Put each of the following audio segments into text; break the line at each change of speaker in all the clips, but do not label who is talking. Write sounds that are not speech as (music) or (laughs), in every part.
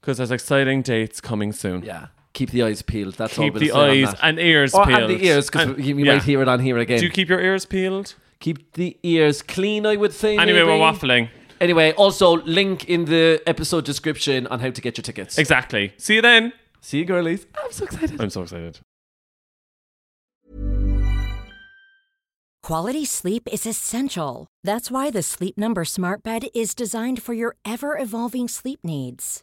because there's exciting dates coming soon.
yeah, keep the eyes peeled. That's all
Keep
we'll
the
say on
eyes
that.
and ears
or
peeled.
and the ears because
And-
you, you
yeah.
might hear it on here again.
Do you keep your ears peeled?
keep the ears clean, I would say.
Anyway,
maybe.
we're waffling.
Anyway, also link in the episode description on how to get your tickets.
Exactly. See you then.
See you, girlies. I'm so excited.
I'm so excited.
Quality sleep is essential. That's why the Sleep Number Smart Bed is designed for your ever evolving sleep needs.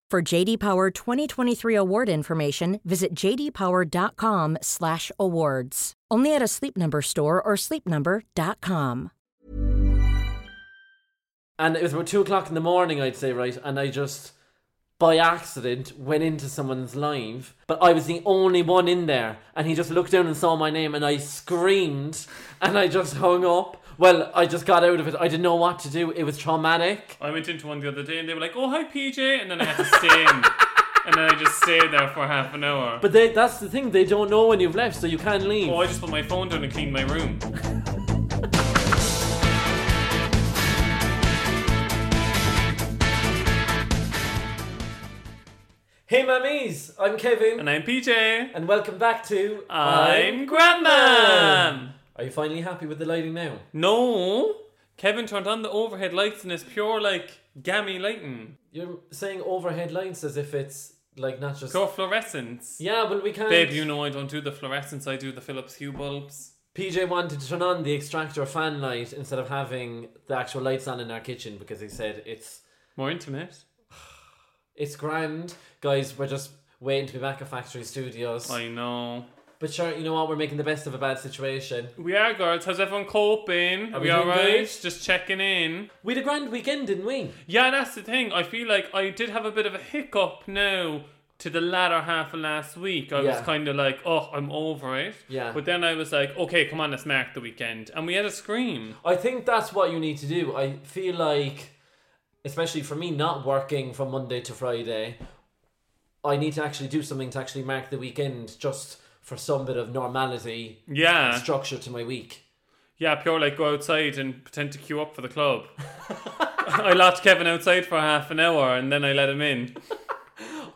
For JD Power 2023 award information, visit jdpower.com/awards. Only at a Sleep Number store or sleepnumber.com.
And it was about two o'clock in the morning, I'd say, right? And I just, by accident, went into someone's live, but I was the only one in there. And he just looked down and saw my name, and I screamed, and I just hung up. Well, I just got out of it. I didn't know what to do. It was traumatic.
I went into one the other day and they were like, oh, hi, PJ. And then I had to
(laughs)
stay in. And then I just stayed there for half an hour.
But they, that's the thing, they don't know when you've left, so you can't leave.
oh, I just put my phone down and cleaned my room.
Hey, mummies, I'm Kevin,
And I'm PJ.
and welcome back to
I'm Grandman.
Are you finally happy with the lighting now?
No. Kevin turned on the overhead lights and it's pure, like, gammy lighting.
You're saying overhead lights as if it's like not just.
Pure fluorescence.
Yeah, well, we can't.
Babe, you know I don't do the fluorescence, I do the Philips Hue bulbs.
PJ wanted to turn on the extractor fan light instead of having the actual lights on in our kitchen because he said it's
More intimate.
it's grand, guys. We're just waiting to be back at Factory Studios.
I know.
But sure, you know what? We're making the best of a bad situation.
We are, girls. How's everyone coping? Are,
we
we,
doing
alright?
good?
Just checking in.
We had a grand weekend, didn't we?
Yeah, that's the thing. I feel like I did have a bit of a hiccup now to the latter half of last week. I
Yeah.
was kind of like, oh, I'm over it.
Yeah.
But then I was like, okay, come on, let's mark the weekend. And we had a scream.
I think that's what you need to do. I feel like, especially for me, not working from Monday to Friday, I need to actually do something to actually mark the weekend just for some bit of normality,
Yeah.
structure to my week.
Yeah, pure like go outside and pretend to queue up for the club. (laughs) I locked Kevin outside for half an hour and then I let him in.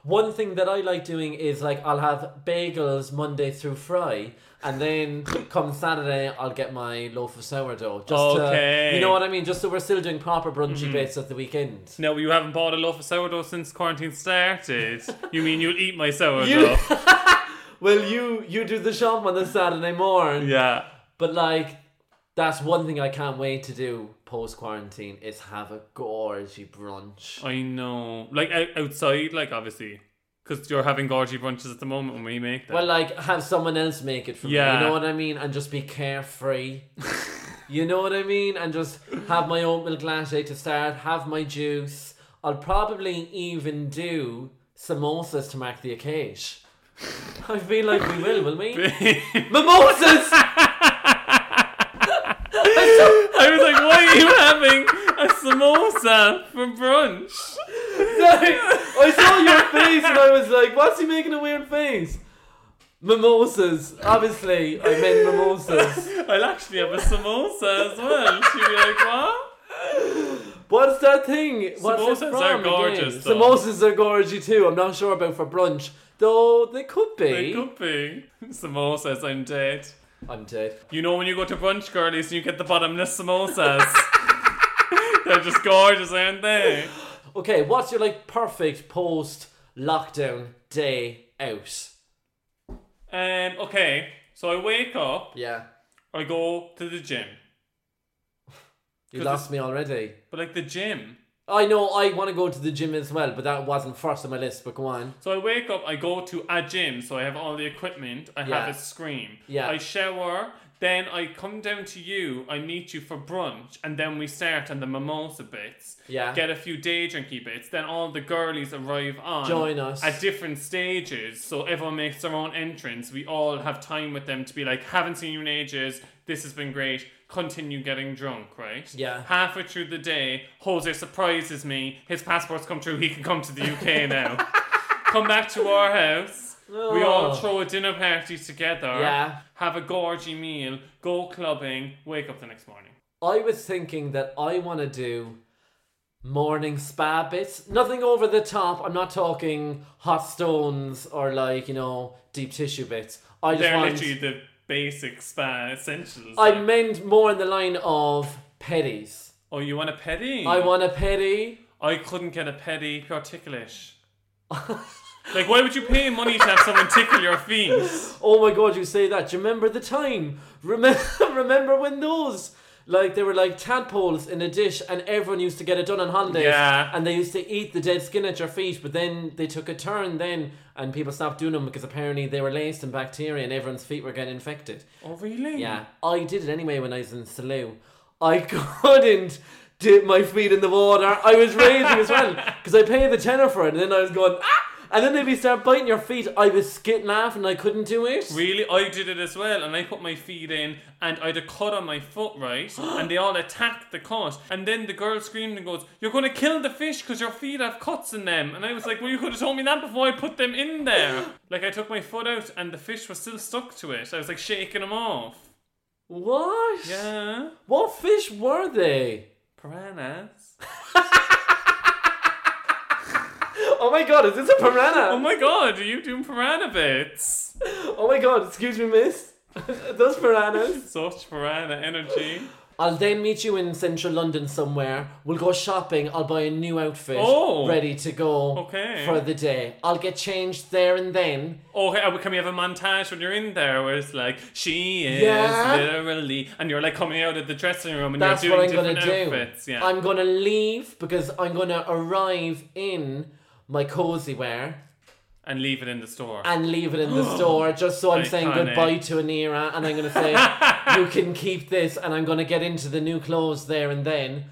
One thing that I like doing is like I'll have bagels Monday through Friday, and then (laughs) come Saturday I'll get my loaf of sourdough. Just
Okay.
to, you know what I mean? Just so we're still doing proper brunchy bits at the weekend.
No, you haven't bought a loaf of sourdough since quarantine started. You mean you'll eat my sourdough?
Well, you you do the shop on the Saturday morning,
(laughs) yeah.
but like that's one thing I can't wait to do post quarantine is have a gorgy brunch.
I know. Like out- outside, like obviously. Because you're having gorgy brunches at the moment when we make them. (laughs)
Well, like have someone else make it for me.
Yeah.
You know what I mean? And just be carefree. you know what I mean? And just have my oatmeal latte to start. Have my juice. I'll probably even do samosas to mark the occasion. I feel like we will, will we? Mimosas.
I was like, why are you having a samosa for brunch?
Sorry, I saw your face and I was like, what's he making a weird face? Mimosas. Obviously, I meant mimosas.
I'll actually have a samosa as well. She'd be like, what?
What's that thing? What's it
Samosas
from
are
again?
gorgeous, though.
Samosas are gorgeous too. I'm not sure about for brunch, though they could be.
It could be. (laughs) Samosas, I'm dead.
I'm dead.
You know when you go to brunch, girlies, and you get the bottomless samosas. They're just gorgeous, aren't they?
Okay, what's your like perfect post lockdown day out?
Um, okay, so I wake up,
Yeah,
I go to the gym.
you
'Cause
lost me already.
But like the gym.
I know I want to go to the gym as well, but that wasn't first on my list. But go on.
So I wake up, I go to a gym, so I have all the equipment, I
Yeah.
have a screen.
Yeah.
I shower, then I come down to you, I meet you for brunch, and then we start on the mimosa bits.
Yeah.
Get a few day drinky bits, then all the girlies arrive on.
Join us.
At different stages, so everyone makes their own entrance. We all have time with them to be like, haven't seen you in ages, this has been great, continue getting drunk, right?
Yeah.
Halfway through the day, Jose surprises me, his passport's come through, he can come to the
(laughs)
UK now come back to our house. We all
Oh.
throw a dinner party together.
Yeah.
Have a gorgy meal. Go clubbing. Wake up the next morning.
I was thinking that I want to do morning spa bits. Nothing over the top. I'm not talking hot stones or like, you know, deep tissue bits. I just
They're
want
literally the basic spa essentials.
I meant more in the line of petties.
oh, you want a petty?
I want a petty. (laughs)
I couldn't get a petty if you're ticklish. like, why would you pay money to have someone tickle your feet?
Oh my god, you say that. Do you remember the time? Remember (laughs) remember when those like they were like tadpoles in a dish and everyone used to get it done on holidays
Yeah.
and they used to eat the dead skin at your feet but then they took a turn then and people stopped doing them because apparently they were laced in bacteria and everyone's feet were getting infected.
Oh, really?
Yeah, I did it anyway when I was in Salou. I (laughs) couldn't dip my feet in the water. I was raging as well because I paid the tenner for it, and then I was going ah. And then if you start biting your feet, I was skit laughing. I couldn't do it.
Really, I did it as well, and I put my feet in, and I had a cut on my foot, right? and they all attacked the cut, and then the girl screamed and goes, "You're going to kill the fish because your feet have cuts in them." And I was like, "Well, you could have told me that before I put them in there." like I took my foot out, and the fish was still stuck to it. I was like shaking them off.
What?
Yeah,
What fish were they?
piranhas.
(laughs) Oh my god, is this a
Oh
piranha?
my god, are you doing piranha bits?
Oh my god, excuse me, miss. (laughs) Those piranhas.
Such piranha energy.
I'll then meet you in central London somewhere. We'll go shopping. I'll buy a new outfit
Oh.
ready to go
Okay.
for the day. I'll get changed there and then.
Oh, hey, can we have a montage when you're in there where it's like, she is
Yeah.
literally, and you're like coming out of the dressing room and
That's
you're
what I'm
doing
gonna
different
do.
outfits. Yeah.
I'm gonna leave because I'm gonna arrive in my cozy wear
and leave it in the store.
and leave it in the store just so I'm saying
Iconic.
goodbye to an era and I'm gonna say you can keep this and I'm gonna get into the new clothes there and then.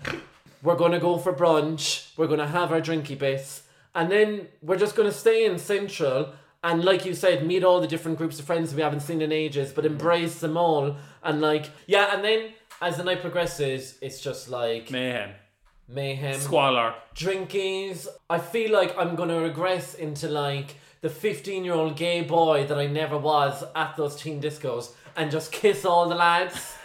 We're gonna go for brunch. We're gonna have our drinky bits and then we're just gonna stay in Central and like you said, meet all the different groups of friends we haven't seen in ages, but embrace them all and like yeah, and then as the night progresses, it's just like
Mayhem.
mayhem
Squalor.
drinkies. I feel like I'm gonna regress into like the 15 year old gay boy that I never was at those teen discos and just kiss all the lads.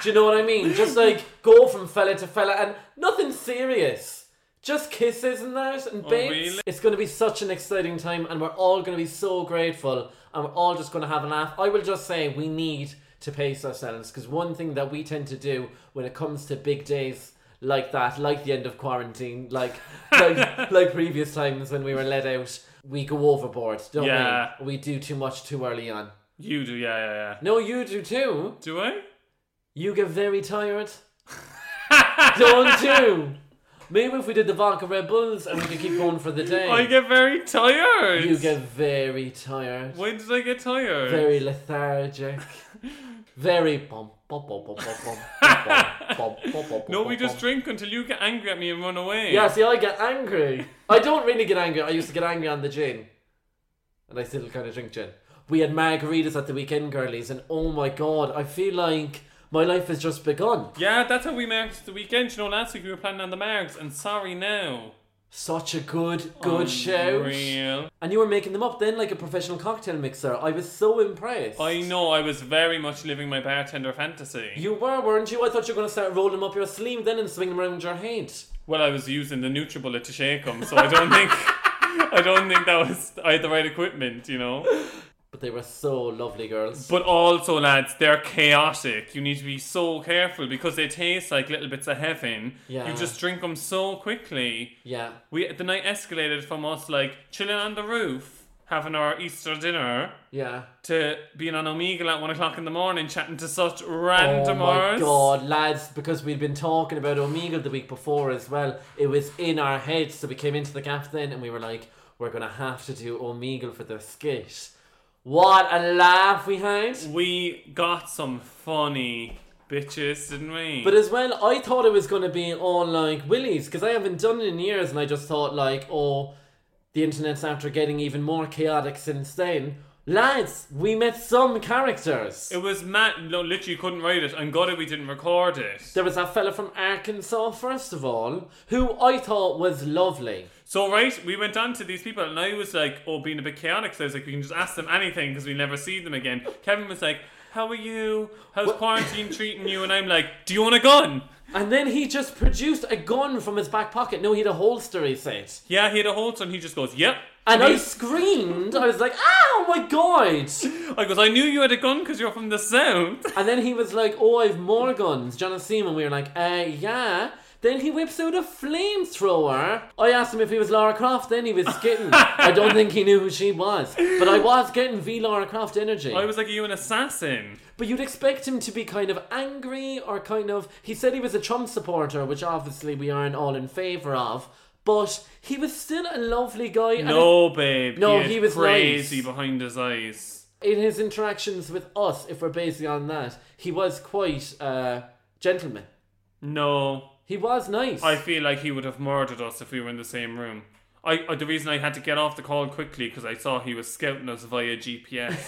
Do you know what I mean? Just like go from fella to fella and nothing serious. Just kisses and that and babes.
really?
It's gonna be such an exciting time and we're all gonna be so grateful and we're all just gonna have a laugh. I will just say we need to pace ourselves because one thing that we tend to do when it comes to big days like that, like the end of quarantine,
(laughs)
like like, like previous times when we were let out, we go overboard, don't
Yeah.
we? We do too much too early on.
You do, yeah, yeah, yeah.
No, you do too.
Do I?
You get very
(laughs)
tired. don't you? Maybe if we did the vodka Red Bulls and we could keep going for the day.
I get very tired.
you get very tired.
When did I get tired?
Very
(laughs)
lethargic. Very bum bum bum bum bum bum bum bum bum bum bum.
no, we
bum,
just
bum.
drink until you get angry at me and run away.
Yeah, see, I get angry. I don't really get angry. I used to get angry on the gin, and I still kind of drink gin. We had margaritas at the weekend, girlies, and oh my god, I feel like my life has just begun.
Yeah, that's how we marked the weekend. You know, last week we were planning on the margs, and sorry now.
Such a good,
Oh,
good show.
Real.
And you were making them up then like a professional cocktail mixer. I was so impressed.
I know, I was very much living my bartender fantasy.
You were, weren't you? I thought you were going to start rolling them up your sleeve then and swing them around your head.
Well, I was using the NutriBullet to shake them, so I don't think I don't think that was I had the right equipment, you know.
But they were so lovely girls.
But also, lads, they're chaotic. You need to be so careful because they taste like little bits of heaven.
Yeah.
You just drink them so quickly.
Yeah.
We the night escalated from us like chilling on the roof, having our Easter dinner,
Yeah.
to being on Omegle at one o'clock in the morning, chatting to such randomers.
Oh my god, lads, because we'd been talking about Omegle the week before as well. It was in our heads, so we came into the gaff then and we were like, we're gonna have to do Omegle for the skit. What a laugh we had!
We got some funny bitches, didn't we?
But as well, I thought it was going to be all like Willie's because I haven't done it in years, and I just thought like, oh, the internet's after getting even more chaotic since then. Lads, we met some characters.
It was mad. No, literally couldn't write it. And God, we didn't record it.
There was that fella from Arkansas, first of all, who I thought was lovely.
So right, we went on to these people, and I was like, "Oh, being a bit chaotic." So I was like, "We can just ask them anything because we never see them again." Kevin was like, "How are you? How's quarantine treating you?" And I'm like, "Do you want a gun?"
And then he just produced a gun from his back pocket. No, he had a holster, he said.
Yeah, he had a holster, and he just goes, "Yep."
And I
(laughs) Me-
screamed. I was like, oh my god.
I goes, "I knew you had a gun because you're from the south."
And then he was like, "Oh, I've more guns." John Seaman. We were like, "Uh, yeah." Then he whips out a flamethrower. I asked him if he was Lara Croft. Then he was skitting. I don't think he knew who she was, but I was getting V Lara Croft energy.
I was like, "Are you an assassin?"
But you'd expect him to be kind of angry or kind of. He said he was a Trump supporter, which obviously we aren't all in favor of. But he was still a lovely guy. and
No, babe.
No,
had
he was
crazy
nice.
behind his eyes.
in his interactions with us, if we're basing on that, he was quite uh, gentleman.
No,
He was nice.
I feel like he would have murdered us if we were in the same room. I, I the reason I had to get off the call quickly because I saw he was scouting us via (laughs) GPS.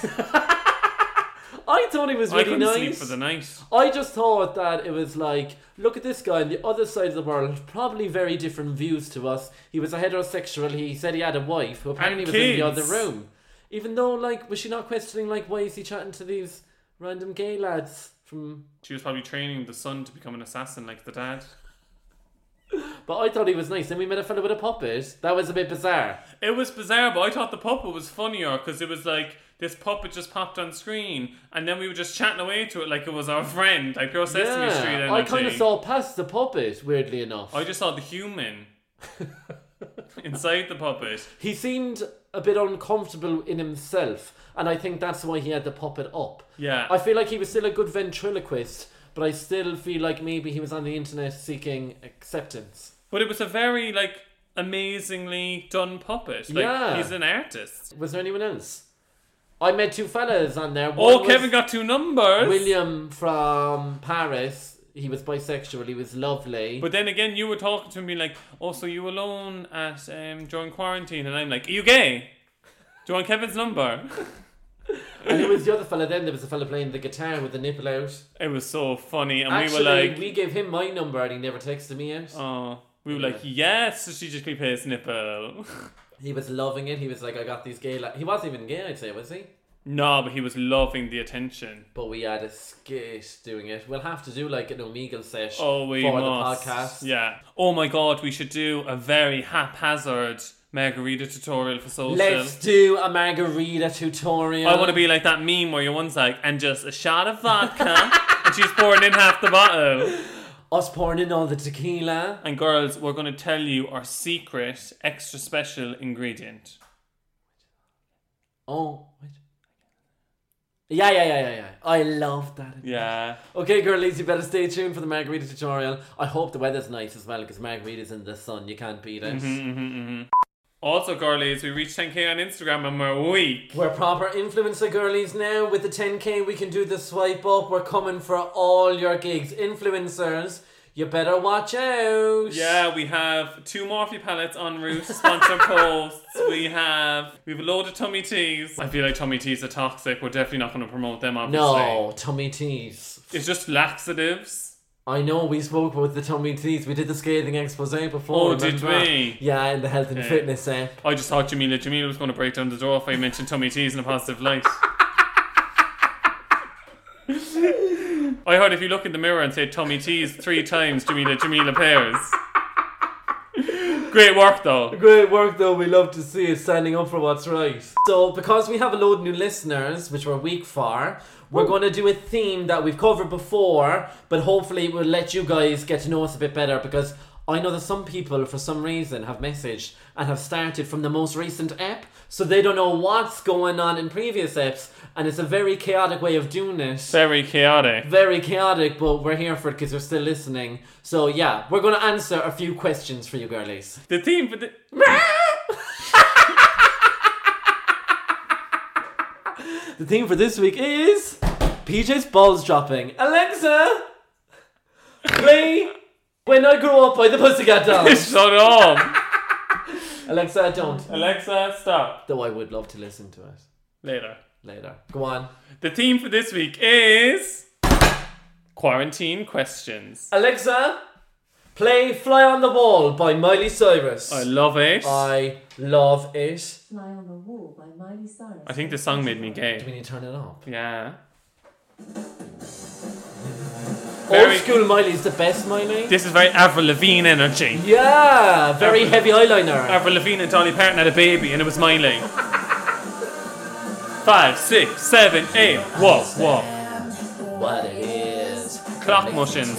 I thought he was
I
really
couldn't sleep
nice.
for the night.
I just thought that it was like, look at this guy on the other side of the world, probably very different views to us. He was a heterosexual. He said he had a wife who apparently
And
was in the
kids.
other room. Even though, like, was she not questioning, like, why is he chatting to these random gay lads from?
She was probably training the son to become an assassin like the dad.
But I thought he was nice. Then we met a fellow with a puppet. That was a bit bizarre.
It was bizarre, but I thought the puppet was funnier because it was like this puppet just popped on screen, and then we were just chatting away to it like it was our friend, like pure Sesame Street
yeah,
energy.
I kind of saw past the puppet. Weirdly enough,
I just saw the (laughs) human inside the puppet.
he seemed a bit uncomfortable in himself, and I think that's why he had the puppet up.
Yeah.
I feel like he was still a good ventriloquist, but I still feel like maybe he was on the internet seeking acceptance.
But it was a very like amazingly done puppet. Like
Yeah.
he's an artist.
Was there anyone else? I met two fellas on there. One
Oh,
was
Kevin got two numbers.
William from Paris. He was bisexual. He was lovely.
But then again, you were talking to me like, "Oh, so you alone at um, during quarantine?" And I'm like, "Are you gay? Do you want Kevin's number?"
and who was the other fella then? There was a fella playing the guitar with the nipple out.
It was so funny, and
Actually,
we were like,
we gave him my number and he never texted me yet.
"Oh." We were like, yes, strategically plays nipple.
He was loving it. He was like, I got these gay. La-. He wasn't even gay, I'd say, was he?
no, but he was loving the attention.
But we had a skit doing it. We'll have to do like an Omegle sesh
Oh, we
for
must.
the podcast.
Yeah. Oh my god, we should do a very haphazard margarita tutorial for social.
Let's do a margarita tutorial.
I want to be like that meme where your one's like, and just a shot of vodka, and she's pouring in half the bottle.
us pouring in all the tequila.
And girls, we're going to tell you our secret extra special ingredient.
Oh, wait. Yeah, yeah, yeah, yeah, yeah. I love that.
Yeah.
Okay, girlies, you better stay tuned for the margarita tutorial. I hope the weather's nice as well because margaritas in the sun, you can't beat it.
Mm-hmm. Also, girlies, we reached 10k on Instagram and we're weak.
We're proper influencer girlies now. With the 10k, we can do the swipe up. We're coming for all your gigs. Influencers, you better watch out.
Yeah, we have two Morphe palettes en route, sponsor posts. We have we have a load of tummy teas. I feel like tummy teas are toxic. We're definitely not going to promote them. Obviously,
No, tummy teas.
It's just laxatives.
I know we spoke about the tummy teas. We did the scathing expose before.
Oh, did
remember?
we?
Yeah, in the health and fitness eh? app.
I just thought Jamila Jamila was going to break down the door if I mentioned tummy teas in a positive light. I heard if you look in the mirror and say tummy teas three times, Jamila Jamila pairs. Great work though.
Great work, though. We love to see it standing up for what's right. So, because we have a load of new listeners, which we're weak for, we're going to do a theme that we've covered before, but hopefully we'll let you guys get to know us a bit better because I know that some people, for some reason, have messaged and have started from the most recent app, so they don't know what's going on in previous apps, and it's a very chaotic way of doing it
Very chaotic.
very chaotic, but we're here for it because you're still listening. So yeah, we're gonna answer a few questions for you, girlies.
The team for the
The theme for this week is PJ's balls dropping. Alexa, play "When I Grew Up" by the Pussycat
(laughs)
Dolls.
(laughs) Shut up.
Alexa, I don't.
Alexa, stop.
Though I would love to listen to it
Later.
later. Go on,
The theme for this week is quarantine questions.
Alexa, play "Fly on the Wall" by Miley Cyrus.
I love it.
I love it.
Fly on the Wall by Miley Cyrus.
I think the song made me
Do
gay.
we need to turn it up?
Yeah.
Old
Very-
school Miley is the best Miley.
This is very Avril Lavigne energy.
Yeah, very heavy eyeliner.
Avril Lavigne and Dolly Parton had a baby and it was Miley. Five, six, seven, eight. Whoa, whoa.
What it is.
Clock motions.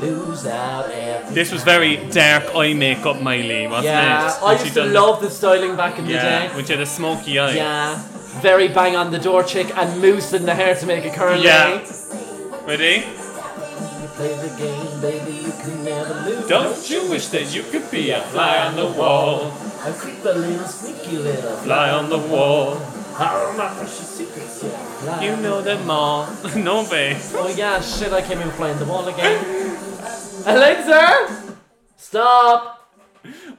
Lose out every.
This was very dark eye makeup Miley, wasn't
Yeah,
it?
I
When she
used to
done-
love the styling back in
Yeah,
the day.
which had a smoky eye.
Yeah, very bang on the door chick and moose in the hair to make it curly.
Yeah. Ready?
Play the game, baby, you can never lose.
Don't you wish that you could be a fly on the wall?
I creep a little sneaky little.
Fly on the wall.
All my precious secrets, yeah. Lie.
You know them all. (laughs) no bass.
Oh yeah, shit, I came in flying the wall (gasps) again. Alexa! Stop!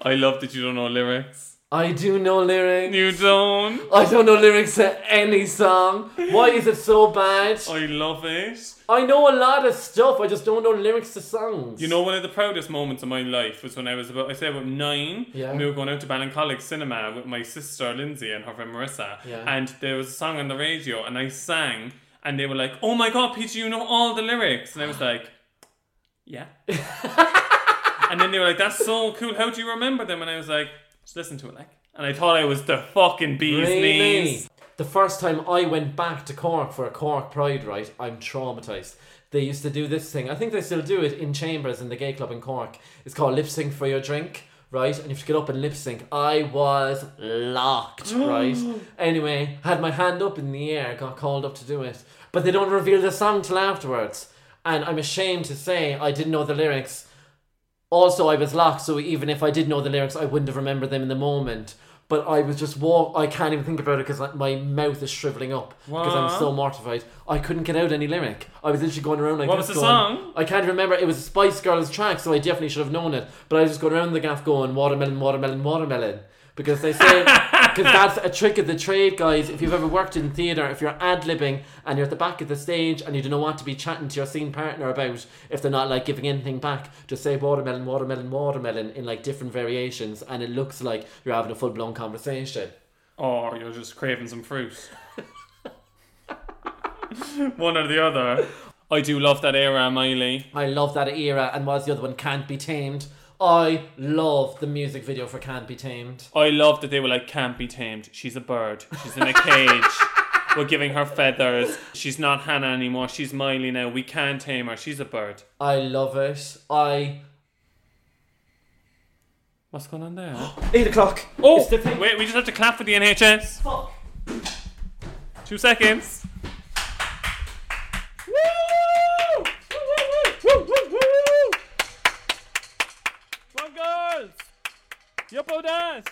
I love that you don't know lyrics.
I do know lyrics.
You don't.
I don't know lyrics to any song. Why is it so bad?
I love it.
I know a lot of stuff, I just don't know lyrics to songs.
You know, one of the proudest moments of my life was when I was about, I say, about nine.
Yeah.
And we were going out to Ballincollig Cinema with my sister Lindsay and her friend Marissa.
Yeah.
And there was a song on the radio, and I sang, and they were like, "Oh my God, Peter, you know all the lyrics," and I was like,
(laughs)
"Yeah." and then they were like, "That's so cool. How do you remember them?" And I was like, "Just listen to it, like." And I thought I was the fucking bee's
really?
knees.
The first time I went back to Cork for a Cork Pride, right, I'm traumatized. They used to do this thing. I think they still do it in Chambers in the gay club in Cork. It's called lip sync for your drink, right? And you have to get up and lip sync. I was locked, right? Anyway, had my hand up in the air, got called up to do it, but they don't reveal the song till afterwards. And I'm ashamed to say I didn't know the lyrics. Also, I was locked, so even if I did know the lyrics, I wouldn't have remembered them in the moment. But I was just walk. I can't even think about it because my mouth is shriveling up because I'm so mortified. I couldn't get out any lyric. I was literally going around like
What
this
was the
going-
song?
I can't remember. It was a Spice Girls track, so I definitely should have known it. But I was just going around the gaff going watermelon, watermelon, watermelon because they say
(laughs)
because that's a trick of the trade, guys. If you've ever worked in theatre, if you're ad libbing and you're at the back of the stage and you don't know what to be chatting to your scene partner about, if they're not like giving anything back, just say watermelon, watermelon, watermelon in like different variations, and it looks like you're having a full blown conversation.
Or you're just craving some fruit. (laughs) One or the other. I do love that era, Miley.
I love that era. And was the other one Can't Be Tamed? I love the music video for Can't Be Tamed.
I love that they were like, can't be tamed. She's a bird. She's in a cage. We're giving her feathers. She's not Hannah anymore. She's Miley now. We can't tame her. She's a bird.
I love it. I
What's going on there?
eight o'clock.
oh,
It's the thing.
wait, we just have to clap for the NHS.
Fuck.
Two seconds. Woo! Woo, woo, woo, woo, woo. Come on, girls. Yopo dance.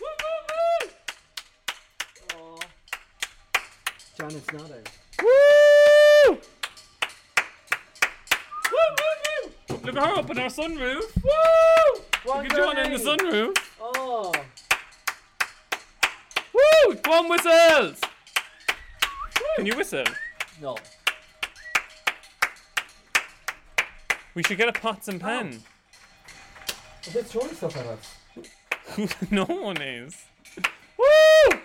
Woo, woo,
John, it's not out.
woo. Woo! Woo, woo, woo. Look at her up in our sunroof. Woo!
One
Look at John in the
day.
sunroof.
Oh.
Woo! Come on, whistles. Can you whistle?
No.
We should get a pots and pan.
Is it throwing stuff at us?
(laughs) Who no one is. Woo!
Oh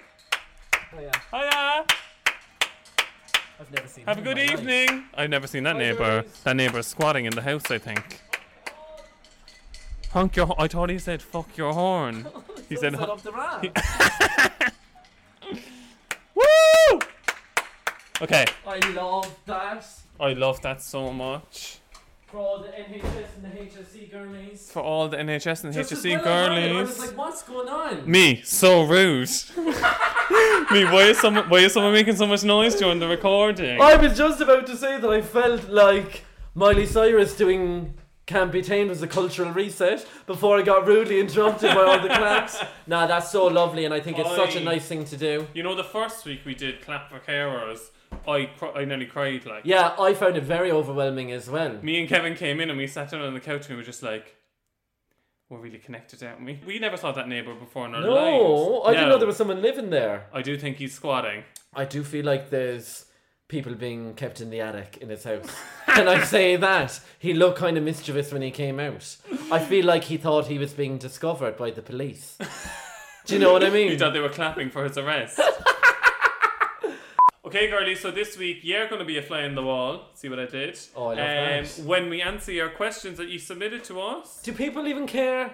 yeah.
Hiya!
I've never seen
Have a
that
good
in my life.
evening. I've never seen that neighbor. That neighbor is squatting in the house, I think. Honk your. I thought he said fuck your horn.
(laughs)
He said
Set
"Hon-
up the ramp.
woo. Okay,
I love that.
I love that so much.
For all the NHS and the HSC gurneys.
For all the NHS and
Just as
HSC
well I heard it, I
girlies.
was like, what's going on?
Me, so rude. (laughs) Me, why is someone why is someone making so much noise during the recording?
I was just about to say that I felt like Miley Cyrus doing Can't Be Tamed was a cultural reset before I got rudely interrupted by all the
(laughs)
claps. Nah, that's so lovely, and I think it's such a
Oi.
nice thing to do.
You know, the first week we did clap for carers, I cr- I nearly cried. Like
Yeah, I found it very overwhelming as well.
me and Kevin came in and we sat down on the couch and we were just like, we're really connected, aren't we? We never saw that neighbor before in our lives.
No, I didn't
No.
know there was someone living there.
I do think he's squatting.
I do feel like there's people being kept in the attic in his house. (laughs) Can I say that? He looked kind of mischievous when he came out. I feel like he thought he was being discovered by the police. Do you know
(laughs)
what I mean?
You thought they were clapping for
(laughs)
his arrest. okay, girlies, so this week you're going to be a fly on the wall. See what I did? Um,
Oh, I love that.
When we answer your questions that you submitted to us.
Do people even care?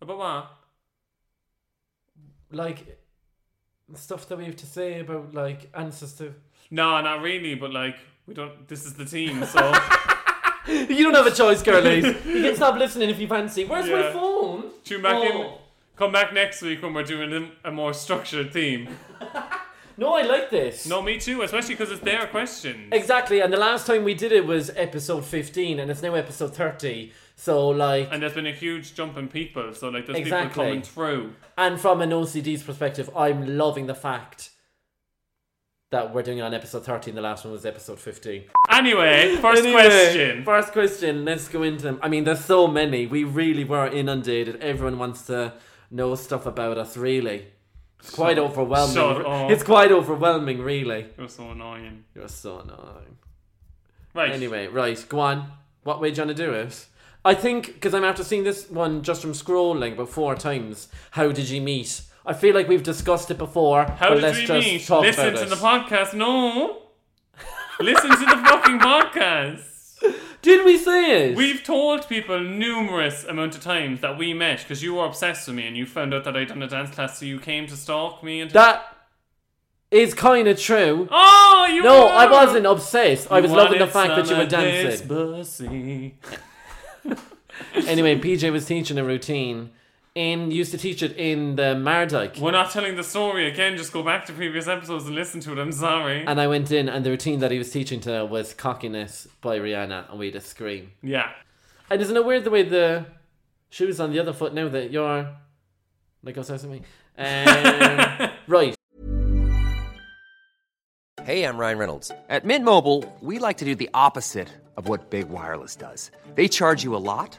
About what?
Like, stuff that we have to say about, like, answers to.
No, not really, but like, we don't. This is the
(laughs)
team, so.
(laughs) You don't have a choice, girlies. you can stop listening if you fancy. Where's my
Yeah.
phone?
Tune back in.
Oh.
Come back next week when we're doing a more structured theme.
No, I like this.
No, me too, especially because it's their questions.
Exactly, and the last time we did it was episode 15, and it's now episode 30. So, like,
And there's been a huge jump in people, so like, there's people
Exactly.
coming through.
and from an OCD's perspective, I'm loving the fact that we're doing it on episode 30, and the last one was episode 15.
Anyway, first
Anyway,
question.
First question, let's go into them. I mean, there's so many. We really were inundated. Everyone wants to know stuff about us, really. It's quite overwhelming.
shut up.
It's quite overwhelming, really.
It was so annoying.
You're so annoying.
Right.
Anyway, right, go on. What way do you want to do it? I think, because I'm after seeing this one just from scrolling about four times, how did you meet? I feel like we've discussed it before,
How
but
did
let's
we
just
meet?
talk
Listen
about
to
it.
the podcast. No. Listen to the fucking podcast.
did we say it?
We've told people numerous amount of times that we met because you were obsessed with me and you found out that I'd done a dance class, so you came to stalk me. And
That is kind of true.
oh, you
No,
were.
I wasn't obsessed. I was
You
loving the
wanted
fact that you
some
were
of this
dancing.
pussy. (laughs)
Anyway, PJ was teaching a routine and used to teach it in the Mardike.
We're not telling the story again. Just go back to previous episodes and listen to it. I'm sorry.
And I went in, and the routine that he was teaching to was Cockiness by Rihanna, and we had a scream.
yeah.
(laughs) And isn't it weird the way the shoes on the other foot now that you're like obsessed
(laughs)
with me? Um, right.
Hey, I'm Ryan Reynolds. At Mint Mobile, we like to do the opposite of what Big Wireless does. They charge you a lot,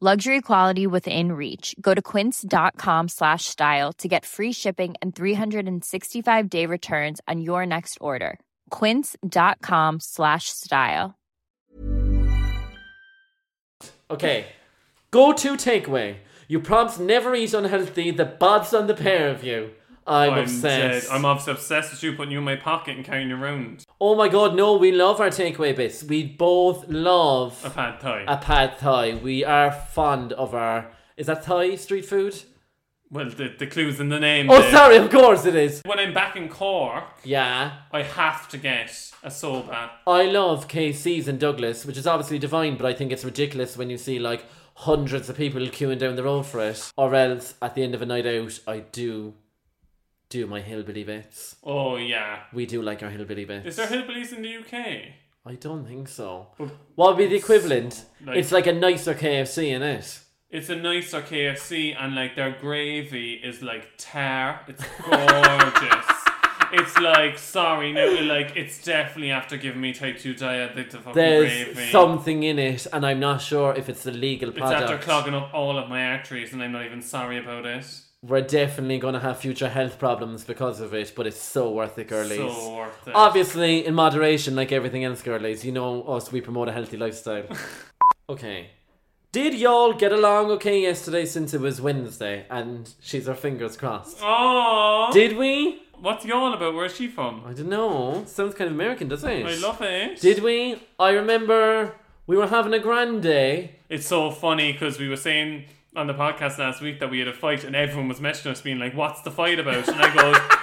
Luxury quality within reach. Go to quince.com slash style to get free shipping and 365 day returns on your next order. Quince.com slash style.
Okay. Go to takeaway. You prompts never eat unhealthy. The bods on the pair of you. I'm, obsessed.
dead. I'm obs- obsessed with you putting you in my pocket and carrying you around.
oh my god, no, we love our takeaway bits. We both love
A pad thai.
a pad thai. We are fond of our. Is that Thai street food?
well, the, the clues in the name.
Oh,
there.
sorry, of course it is.
When I'm back in Cork,
Yeah.
I have to get a soba.
I love KC's in Douglas, which is obviously divine, but I think it's ridiculous when you see like hundreds of people queuing down the road for it. Or else at the end of a night out, I do do my hillbilly bits.
Oh yeah.
We do like our hillbilly bits.
Is there hillbillies in the UK?
I don't think so. What would be the equivalent?
like-
it's like a nicer KFC in it.
It's a nicer KFC, and like their gravy is like tar. It's gorgeous.
(laughs)
it's like sorry, no, like it's definitely after giving me type two diabetic fucking
There's
gravy.
something in it, and I'm not sure if it's the legal
it's after
product.
clogging up all of my arteries, and I'm not even sorry about it.
We're definitely going to have future health problems because of it, but it's so worth it, girlies.
So worth it.
Obviously, in moderation, like everything else, girlies. You know us, we promote a healthy
(laughs)
lifestyle. okay. Did y'all get along okay yesterday since it was Wednesday? And she's her fingers crossed.
Oh,
Did we?
what's y'all about? Where's she from?
I don't know. Sounds kind of American, doesn't it?
I love it.
Did we? I remember we were having a grand day.
It's so funny because we were saying on the podcast last week that we had a fight and everyone was messaging us being like, "What's the fight about?" And I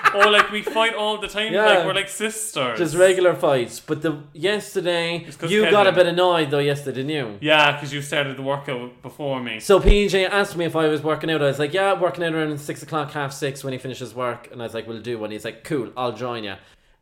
(laughs)
go, "Oh, like we fight all the time.
Yeah.
Like we're like sisters."
Just regular fights. But the yesterday,
'cause
you got a
Kevin-
bit annoyed though yesterday, didn't you?
Yeah, because you started the workout before me.
So PJ asked me if I was working out. I was like, yeah, working out around six o'clock, half six when he finishes work. And I was like, we'll do one. He's like, cool, I'll join you.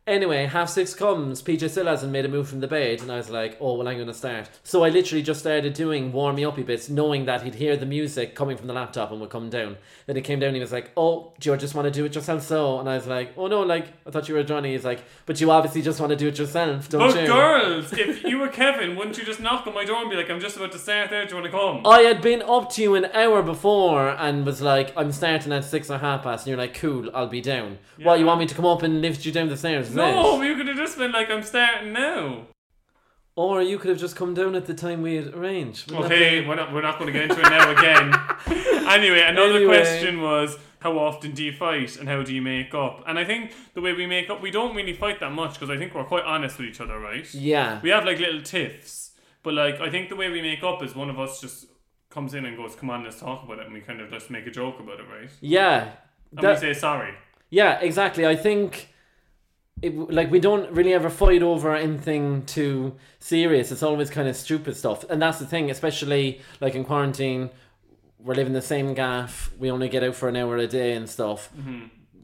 Anyway, half six comes. PJ still hasn't made a move from the bed. And I was like, oh, well, I'm going to start. So I literally just started doing warm me up bits, knowing that he'd hear the music coming from the laptop and would come down. Then he came down and he was like, oh, do you just want to do it yourself? So, and I was like, oh, no, like, I thought you were joining. He's like, but you obviously just want to do it yourself, don't
But
you?
girls, if you were Kevin, wouldn't you just knock on my door and be like, "I'm just about to start there. Do you want to come?"
I had been up to you an hour before and was like, I'm starting at six or half past, and you're like, cool, I'll be down. What, you want me to come up and lift you down the stairs? is
no,
it?
you could have just been like, "I'm starting now."
Or you could have just come down at the time we had arranged. Wouldn't that
Okay, we're not, we're not going to get into it now
(laughs)
again. anyway, another
Anyway.
question was how often do you fight and how do you make up? And I think the way we make up, we don't really fight that much because I think we're quite honest with each other, right?
be- Yeah.
We have like little tiffs, but like I think the way we make up is one of us just comes in and goes, "Come on, let's talk about it," and we kind of just make a joke about it, right?
Yeah.
And
That-
we say sorry.
yeah, exactly. I think. It, w- like we don't really ever fight over anything too serious. It's always kind of stupid stuff, and that's the thing. Especially like in quarantine, we're living the same gaff. We only get out for an hour a day and stuff.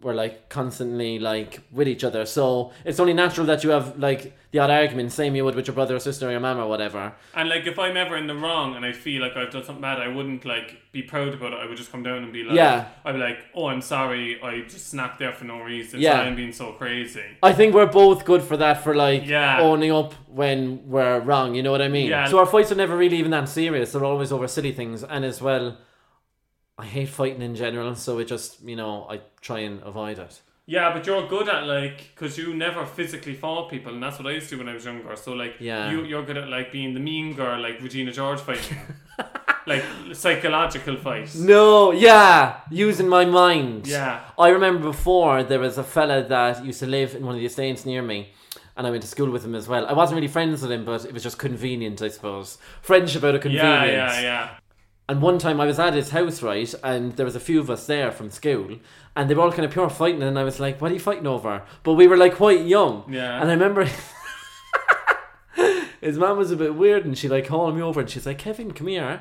We're like constantly like with each other, so it's only natural that you have like the odd argument, same you would with your brother or sister or your mum or whatever.
And like if I'm ever in the wrong and I feel like I've done something bad, I wouldn't like be proud about it. I would just come down and be like,
Yeah.
I'd be like, oh, I'm sorry, I just snapped there for no reason.
Yeah.
Sorry, I'm being so crazy.
I think we're both good for that, for like
Yeah.
owning up when we're wrong. You know what I mean?
Yeah.
So our fights are never really even that serious. They're always over silly things, and as well, I hate fighting in general. So it just, you know, I try and avoid it.
Yeah, but you're good at like, cause you never physically fought people, and that's what I used to do when I was younger. So like,
Yeah.
you you're good at like being the mean girl, like Regina George fighting, (laughs) like psychological fights.
No, yeah, using my mind.
Yeah.
I remember before there was a fella that used to live in one of the estates near me, and I went to school with him as well. I wasn't really friends with him, but it was just convenient, I suppose. Friendship out of
Yeah,
convenience.
yeah, yeah.
And one time I was at his house, right, and there was a few of us there from school, and they were all kind of pure fighting, and I was like, "What are you fighting over?" But we were like quite young,
Yeah.
And I remember (laughs) his mom was a bit weird, and she like called me over, and she's like, "Kevin, come here,"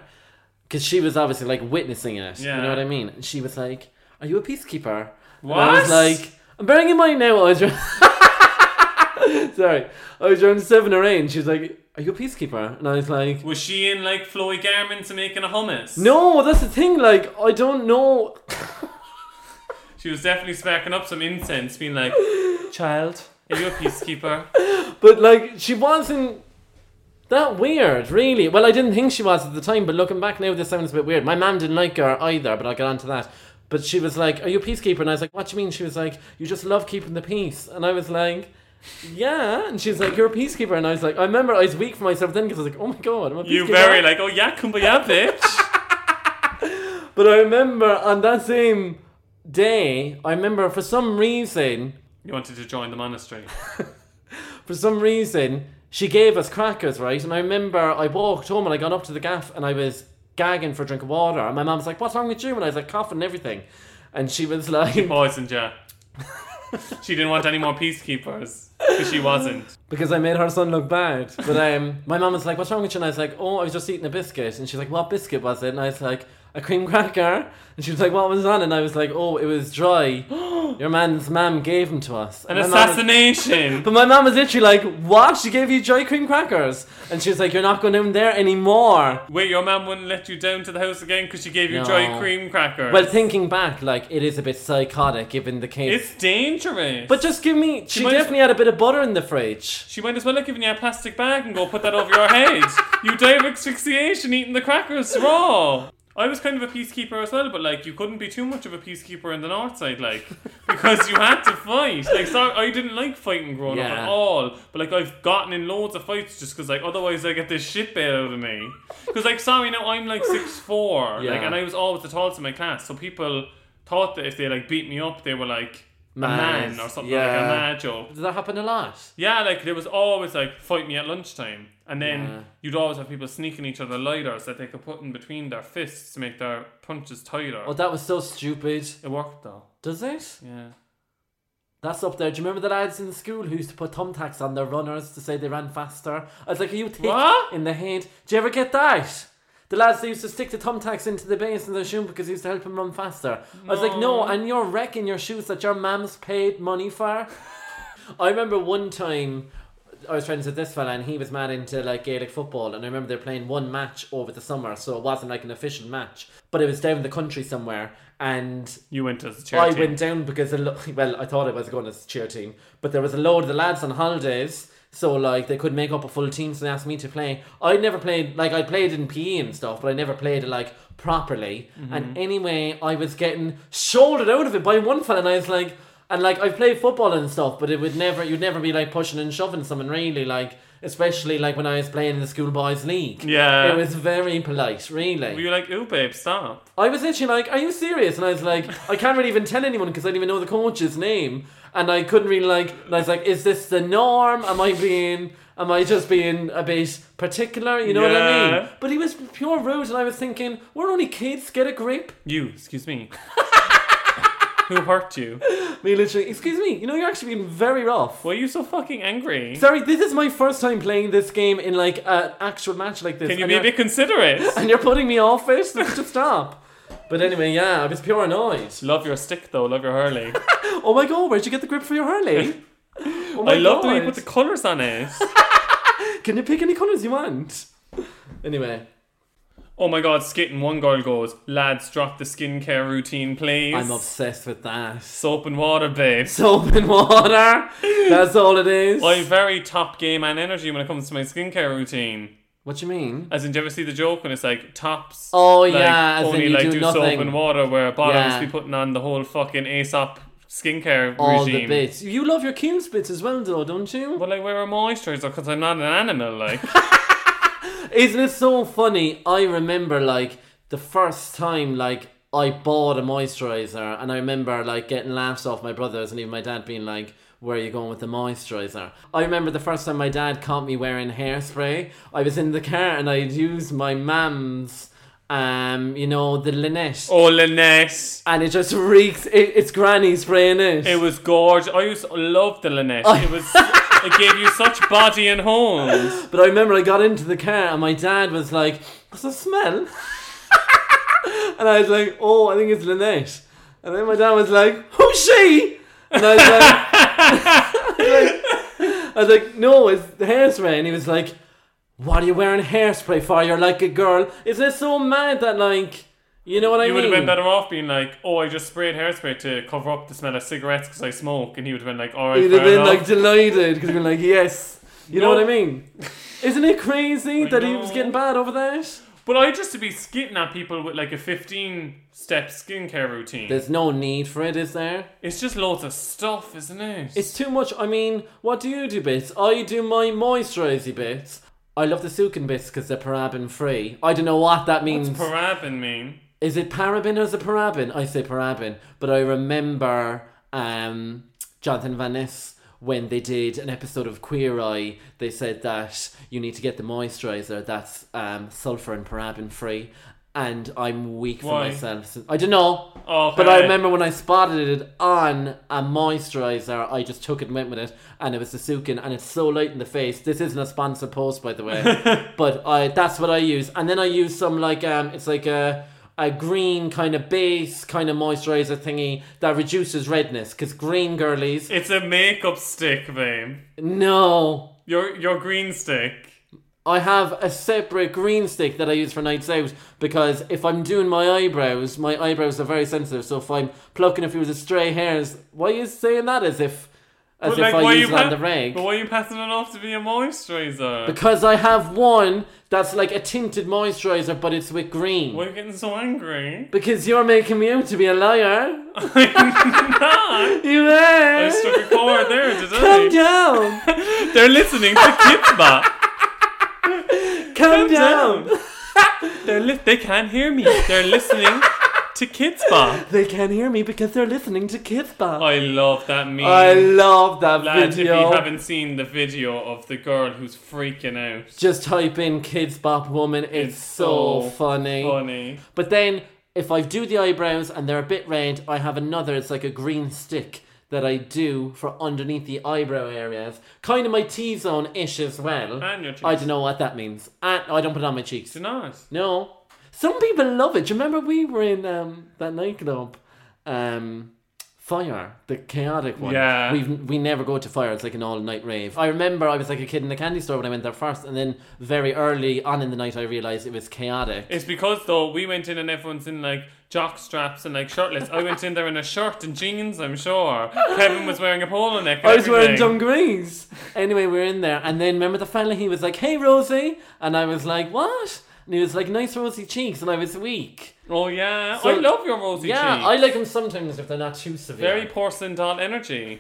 because she was obviously like witnessing it. You
Yeah.
know what I mean? And she was like, "Are you a peacekeeper?" And I
What?
was like, "I'm bearing in mind now, I was (laughs) around- Sorry, I was around seven or eight, and she was like, "Are you a peacekeeper?" And I was like.
Was she in like flowy garments and making a hummus?
No, that's the thing. Like, I don't know.
She was definitely smacking up some incense, being like,
Child.
"Are you a peacekeeper?"
But, like, she wasn't that weird, really. Well, I didn't think she was at the time, but looking back now, this sounds a bit weird. My mum didn't like her either, but I'll get on to that. But she was like, Are you a peacekeeper? And I was like, What do you mean? She was like, You just love keeping the peace. And I was like, Yeah. And she's like, You're a peacekeeper. And I was like, I remember I was weak for myself then because I was like, Oh my god, I'm a peacekeeper.
You very like, oh yeah, kumbaya, bitch. (laughs)
But I remember on that same day, I remember for some reason,
you wanted to join
(laughs)
the monastery.
for some reason, she gave us crackers, right? And I remember I walked home and I got up to the gaff and I was gagging for a drink of water. And my mum was like, What's wrong with you? And I was like, coughing and everything. And she was (laughs) like,
Poison
(laughs)
yeah. Oh, she didn't want any more peacekeepers because
(laughs)
she wasn't.
Because I made her son look bad. But um, my mum was like, What's wrong with you? And I was like, Oh, I was just eating a biscuit. And she's like, What biscuit was it? And I was like, A cream cracker. And she was like, What was on? it?" And I was like, Oh, it was dry. Your man's mum gave him to us.
An
my mum was-
assassination.
But my mom was literally like, "What? She gave you Joy Cream crackers?" And she was like, "You're not going down there anymore."
Wait, your mum wouldn't let you down to the house again because she gave you
No.
dry cream crackers.
Well, thinking back, like it is a bit psychotic given the case.
it's dangerous.
but just give me. She,
might-
definitely had a bit of butter in the fridge.
she might as well have given you a plastic bag and go put that over your head. You die of asphyxiation eating the crackers raw. I was kind of a peacekeeper as well, but like you couldn't be too much of a peacekeeper in the north side, like because you had to fight. Like, sorry, I didn't like fighting growing up
Yeah.
at all, but like I've gotten in loads of fights just because like otherwise I get this shit bailed out of me. Because like sorry, now I'm like six four,
Yeah.
like, and I was always the tallest in my class, so people thought that if they like beat me up, they were like a
Mad.
man or something
Yeah.
like a mad joke.
Does that happen a lot?
Yeah, like there was always like fight me at lunchtime, and then
Yeah.
you'd always have people sneaking each other lighters that they could put in between their fists to make their punches tighter.
Oh, that was so stupid.
it worked though.
Does it?
Yeah.
That's up there. Do you remember the lads in school who used to put thumbtacks on their runners to say they ran faster? I was like, are you thick
What?
in the head? Do you ever get that? The lads they used to stick the thumbtacks into the base in their shoe because it used to help them run faster. I was like, no, and you're wrecking your shoes that your mum's paid money for. I remember one time I was friends with this fella and he was mad into like Gaelic football and I remember they were playing one match over the summer, so it wasn't like an official match. But it was down in the country somewhere and
You went as a
I
charity.
went down because, a lo- well, I thought I was going as cheer team, but there was a load of the lads on holidays, so like they could make up a full team, so they asked me to play. I'd never played, like, I played in PE and stuff, but I never played like properly. And anyway, I was getting shouldered out of it by one fella, and I was like, and like, I've played football and stuff, but it would never, you'd never be like pushing and shoving someone really, like, especially like when I was playing in the school boys league.
Yeah.
It was very polite, really.
Were you like, ooh, babe, stop?
I was literally like, "Are you serious?" And I was like, "I can't really even tell anyone because I didn't even know the coach's name." And I couldn't really like. And I was like, "Is this the norm? Am I being? Am I just being a bit particular? You know what I
Yeah.
mean?" But he was pure rude, and I was thinking, "We're only kids. Get a grip."
You,
(laughs)
excuse me. Who hurt you?
Me literally, excuse me. You know, you're actually being very rough.
Why are you so fucking angry?
Sorry, this is my first time playing this game in like an actual match like this.
Can you
and
be a
you're-
bit considerate?
And you're putting me off it. So just stop. But anyway, yeah, I was pure annoyed.
Love your stick though, love your hurley.
Oh my god, where'd you get the grip for your Harley? (laughs) Oh my
I love the way you
God.
put the colours on it.
Can you pick any colours you want? Anyway,
oh my god, skit and one girl goes, lads, drop the skincare routine, please.
I'm obsessed with that.
Soap and water, babe.
Soap and water. That's all it is.
I'm very top game and energy when it comes to my skincare routine.
What do you mean?
As in, do you ever see the joke when it's like tops?
Oh,
like,
yeah, as in
only
you
like
do nothing.
soap and water, where bottoms
Yeah.
be putting on the whole fucking Aesop skincare
All
regime.
the bits. You love your Kiehl's bits as well, though, don't you?
Well, I wear a moisturizer because I'm not an animal. Like, (laughs)
Isn't it so funny? I remember like the first time like I bought a moisturizer, and I remember like getting laughs off my brothers and even my dad being like. Where are you going with the moisturizer? I remember the first time my dad caught me wearing hairspray. I was in the car and I'd used my mam's, um, you know, the Lynette.
oh, Lynette.
And it just reeks. It, it's granny spraying it.
It was gorgeous. I used to love the Lynette.
Oh.
It was. it gave you such body and home.
But I remember I got into the car and my dad was like, What's the smell? (laughs) and I was like, Oh, I think it's Lynette. And then my dad was like, Who's she? And I was like, (laughs) I was like, No, it's the hairspray. And he was like, What are you wearing hairspray for? You're like a girl. Isn't it so mad that, like, you know what (laughs) I
You
mean?
would have been better off being like, "Oh, I just sprayed hairspray to cover up the smell of cigarettes because I smoke," and he would have been like, "All right,
You'd have
fair
been
enough."
like delighted because you'd been like, Yes. You know
No.
what I
(laughs)
mean? Isn't it crazy
I
that he was
know.
getting bad over that?
But I just to be skitting at people with like a 15 step skincare routine.
There's no need for it, is there?
it's just loads of stuff, isn't it?
It's too much. I mean, what do you do, bits? I do my moisturising bits. I love the Sukin bits because they're paraben free. I don't know what that means.
What's paraben mean?
is it paraben or is it paraben? I say paraben, but I remember um, Jonathan Van Ness when they did an episode of Queer Eye. They said that you need to get the moisturiser that's um, sulfur and paraben free. And I'm weak for
Why?
myself. since- I don't know.
Okay.
But I remember when I spotted it on a moisturizer, I just took it and went with it, and it was the Sukin, and it's so light in the face. This isn't a sponsored post, by the way, but I that's what I use. And then I use some like um, it's like a a green kind of base kind of moisturizer thingy that reduces redness. Because green girlies,
It's a makeup stick, babe.
no.
Your your green stick.
I have a separate green stick that I use for nights out because if I'm doing my eyebrows, my eyebrows are very sensitive. So if I'm plucking a few of the stray hairs, why are you saying that as if, as
But, like,
if I
why
use it
you
on
pa-
the reg?
But why are you passing it off to be a moisturizer?
Because I have one that's like a tinted moisturizer, but it's with green.
why are you getting
(laughs)
so angry? (laughs)
Because you're making me out to be a liar.
Ah,
You are.
I struck a chord there, did
Calm
I?
down.
(laughs) They're listening to Kitma.
Calm, down.
They're li- they can't hear me. They're listening to Kitspot.
They can't hear me because they're listening to Kithba.
I love that meme.
I love that
Lads, if
video.
you haven't seen the video of the girl who's freaking out,
just type in kids bop woman it's, so, funny.
funny.
but then if i do the eyebrows and they're a bit red i have another it's like a green stick that i do for underneath the eyebrow areas kind of my t-zone ish as well
And your cheeks.
i don't know what that means and i don't put it on my cheeks
Do not.
no some people love it do you remember we were in um, that nightclub um Fire, the chaotic one.
Yeah.
We've, we never go to fire. It's like an all night rave. I remember I was like a kid in the candy store when I went there first, and then very early on in the night I realised it was chaotic.
It's because though we went in and everyone's in like jock straps and like shirtless. I went in there in a shirt and jeans. I'm sure Kevin was wearing a polo neck. and
I was wearing
everything.
dungarees. Anyway, we were in there, and then remember the fella? He was like, "Hey, Rosie," and I was like, "What?" And he was like, "Nice rosy cheeks," and I was weak.
Oh yeah,
So-
I love your rosy
yeah,
cheeks.
I like them sometimes if they're not too severe.
Very porcelain doll energy.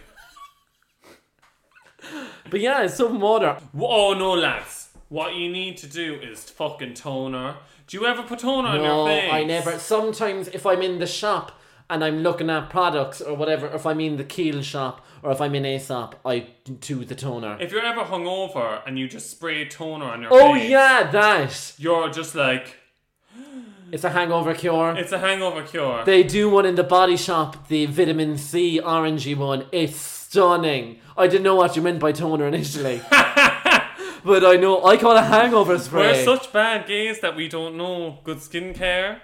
But yeah, it's so modern.
W- Oh no, lads! What you need to do is fucking toner. Do you ever put toner on
No,
your face?
I never. Sometimes if I'm in the shop and I'm looking at products or whatever, or if I'm in the Keel shop or if I'm in ASOP, I do the toner.
If you're ever hungover and you just spray toner on your
oh
face,
yeah, that
you're just like
it's a hangover cure.
it's a hangover cure.
They do one in the body shop, the vitamin C orangey one. It's stunning. I didn't know what you meant by toner
(laughs)
initially. but I know I call it hangover
(laughs) We're
spray.
such bad gays that we don't know good skincare.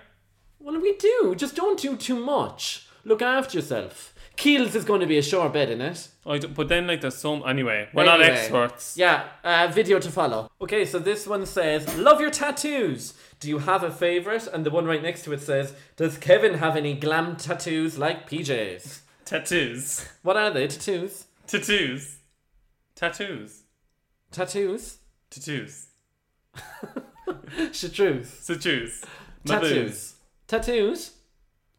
well we do. Just don't do too much. Look after yourself. Keels is going to be a sure bet in it.
I don't, but then like there's some anyway. We're not
Anyway.
experts.
Yeah, uh, video to follow. Okay, so this one says, Love your tattoos. Do you have a favourite? And the one right next to it says, Does Kevin have any glam tattoos like PJs?
Tattoos,
What are they? Tattoos?
tattoos, tattoos,
Tattoos?
tattoos,
Chartreuse.
tattoos, Maboos.
Tattoos. Tattoos.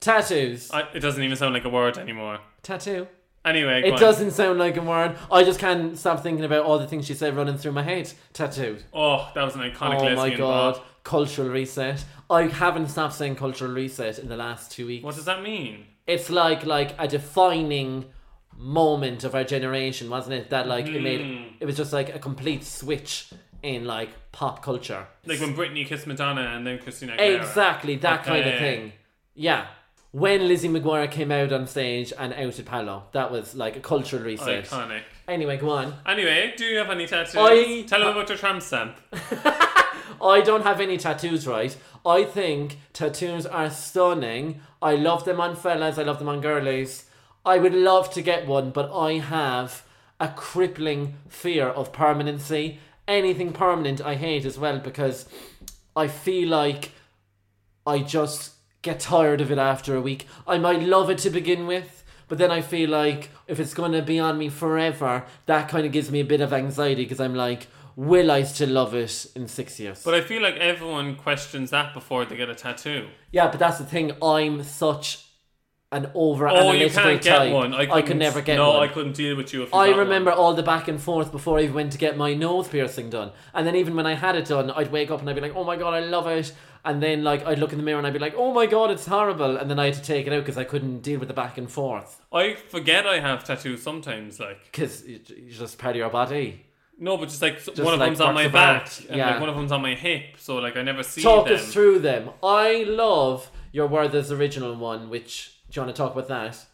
Tattoos.
I, it doesn't even sound like a word anymore.
Tattoo.
Anyway, go
It
on.
doesn't sound like a word. I just can't stop thinking about all the things she said running through my head. Tattoo.
Oh, that was an iconic
Oh my
lesbian
god.
god.
Cultural reset. I haven't stopped saying cultural reset in the last two weeks.
What does that mean?
It's like like a defining moment of our generation, wasn't it? That like it made it was just like a complete switch in like pop culture.
Like when Britney kissed Madonna and then Christina Aguilera.
Exactly, that kind of
Okay.
thing. Yeah. When Lizzie McGuire came out on stage and outed Paolo, that was like a cultural reset.
Iconic.
Anyway, go on.
Anyway, do you have any tattoos?
I-
Tell them about your tramp stamp.
I don't have any tattoos, right? I think tattoos are stunning. I love them on fellas, I love them on girlies. I would love to get one, but I have a crippling fear of permanency. Anything permanent I hate as well because I feel like I just get tired of it after a week. I might love it to begin with, but then I feel like if it's going to be on me forever, that kind of gives me a bit of anxiety because I'm like, will I still love it in six years?
But I feel like everyone questions that before they get a tattoo.
yeah, but that's the thing. I'm such an over
Oh,
analytical
you can't get
type.
one. I,
could
couldn't-
never get
no,
one.
I couldn't deal with you if you
I
got
remember
one.
all the back and forth before I even went to get my nose piercing done. And then even when I had it done, I'd wake up and I'd be like, "Oh my god, I love it." And then like I'd look in the mirror and I'd be like, "Oh my god, it's horrible." And then I had to take it out because I couldn't deal with the back and forth
I forget I have tattoos sometimes. Like
because it's just part of your body.
no, but just like one of
like
them's
parts
on my
of
back
art,
and
yeah.
like one of them's on my hip, so like I never see
Talk
them.
us
(laughs)
through them. I love your word as original one. Which do you want to talk about that?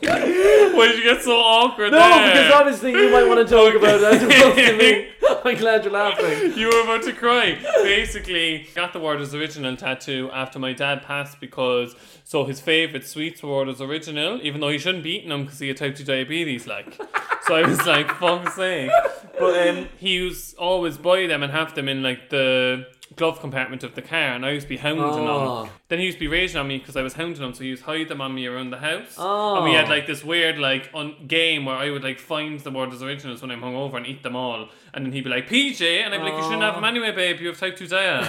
Why did you get so awkward
No,
there?
because obviously you might want to talk about it as opposed to me.
(laughs)
I'm glad you're laughing.
You were about to cry. Basically, got the Warder's original tattoo after my dad passed because so his favourite sweets were Warder's original, even though he shouldn't be eating them because he had type two diabetes. Like, so I was like, fuck's sake. But um, he used always buy them and have them in like the glove compartment of the car, and I used to be hounding on
Oh.
him. Then he used to be raging on me because I was hounding him, so he used to hide them on me around the house. And we
Oh.
had like this weird like on game where I would like find the Warder's originals when I'm hungover and eat them all. And then he'd be like, PJ, and I'd be like, you shouldn't have
Oh.
them anyway, babe. You have type
(laughs)
2 diet.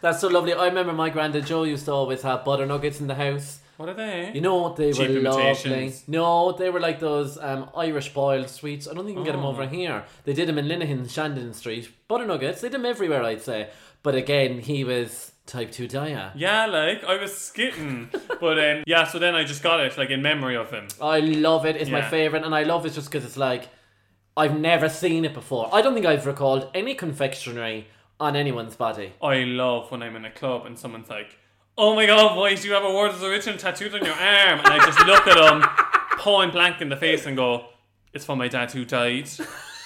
That's so lovely. I remember my granddad Joe used to always have butter nuggets in the house.
what are they?
You know what they
Cheap
were lovely.
imitations.
No, they were like those um, Irish boiled sweets. I don't think you can get them
Oh.
over here. They did them in Linehan, Shandon Street. Butter nuggets, they did them everywhere, I'd say. But again, he was type 2 dia.
yeah, like I was
(laughs)
skitting, but um, yeah. So then I just got it, like in memory of him.
I love it. It's my
Yeah.
favorite, and I love it just because it's like I've never seen it before. I don't think I've recalled any confectionery on anyone's body.
I love when I'm in a club and someone's like, "Oh my god, why do you have a Warder's original tattooed on your arm?" And I just look at them point blank in the face and go, "It's for my dad who died."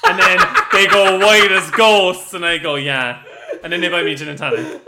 And then they go white as ghosts, and I go, "Yeah." And then they buy me gin and tonic.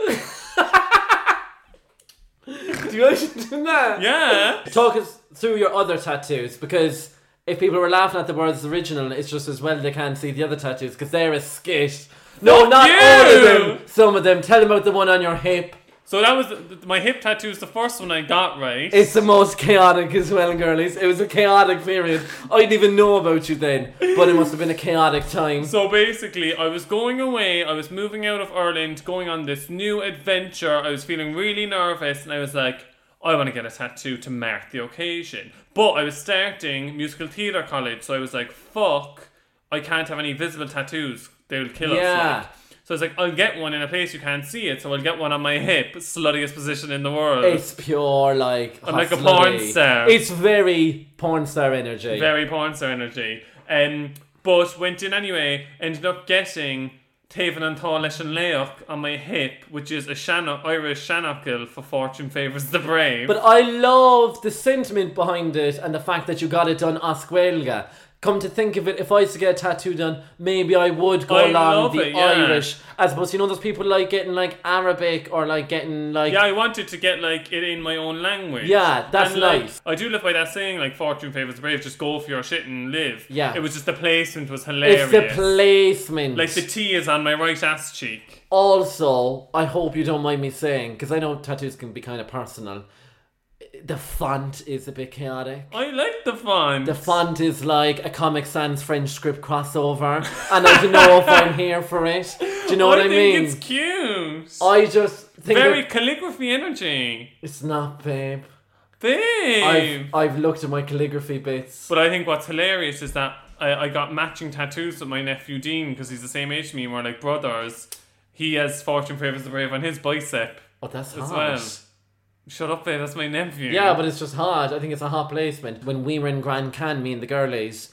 Do you actually do that?
Yeah.
Talk us through your other tattoos because if people were laughing at the words original, it's just as well they can't see the other tattoos because they're a skit. No, not all of
you!
them. Some of them. Tell them about the one on your hip.
So that was th- my hip tattoo is the first one I got right.
It's the most chaotic as well, girlies. It was a chaotic period. I didn't even know about you then, but it must have been a chaotic time.
(laughs) So basically, I was going away, I was moving out of Ireland, going on this new adventure. I was feeling really nervous, and I was like, I want to get a tattoo to mark the occasion. But I was starting musical theatre college, so I was like, fuck, I can't have any visible tattoos. They'll kill
Yeah.
us. Like. So I was like, I'll get one in a place you can't see it, so I'll get one on my hip, sluttiest position in the world.
It's pure like
I'm like a
hostility.
porn star.
It's very porn star energy.
Very porn star energy. Um, but went in anyway, ended up getting Taven and Thorlish and Leoch on my hip, which is a Shanno- Irish Shanachal for Fortune Favours the Brave.
but I love the sentiment behind it and the fact that you got it done Oscuelga. Come to think of it, if I was to get a tattoo done, maybe I would go
I love
along the
it, yeah.
Irish. As opposed, you know, those people like getting like Arabic or like getting like
yeah, I wanted to get like it in my own language.
Yeah, that's
And, like,
nice.
I do live by that saying, like fortune favors the brave. Just go for your shit and live.
Yeah.
it was just the placement was hilarious.
it's the placement.
like the T is on my right ass cheek.
Also, I hope you don't mind me saying, because I know tattoos can be kind of personal. The font is a bit chaotic.
I like the font.
The font is like a Comic Sans French script crossover, and I don't know if
(laughs)
I'm here for it. Do you know what I
think
mean?
It's cute.
I just think
Very
that-
calligraphy energy.
it's not, babe.
Babe.
I've, I've looked at my calligraphy bits.
But I think what's hilarious is that I, I got matching tattoos with my nephew Dean because he's the same age to me and we're like brothers. He has Fortune Favours the Brave on his bicep
Oh, that's
as
hard.
well. Shut up, babe. That's my nephew.
Yeah, but it's just hard. I think it's a hard placement. When we were in Grand Can, me and the girlies,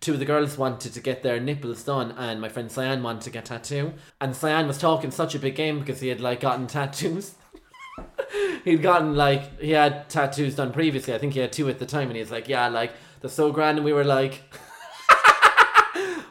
two of the girls wanted to get their nipples done, and my friend Cyan wanted to get tattoo. And Cyan was talking such a big game because he had like gotten tattoos. (laughs) He'd gotten like he had tattoos done previously. I think he had two at the time, and he was like, "Yeah, like they're so grand." And we were like. (laughs)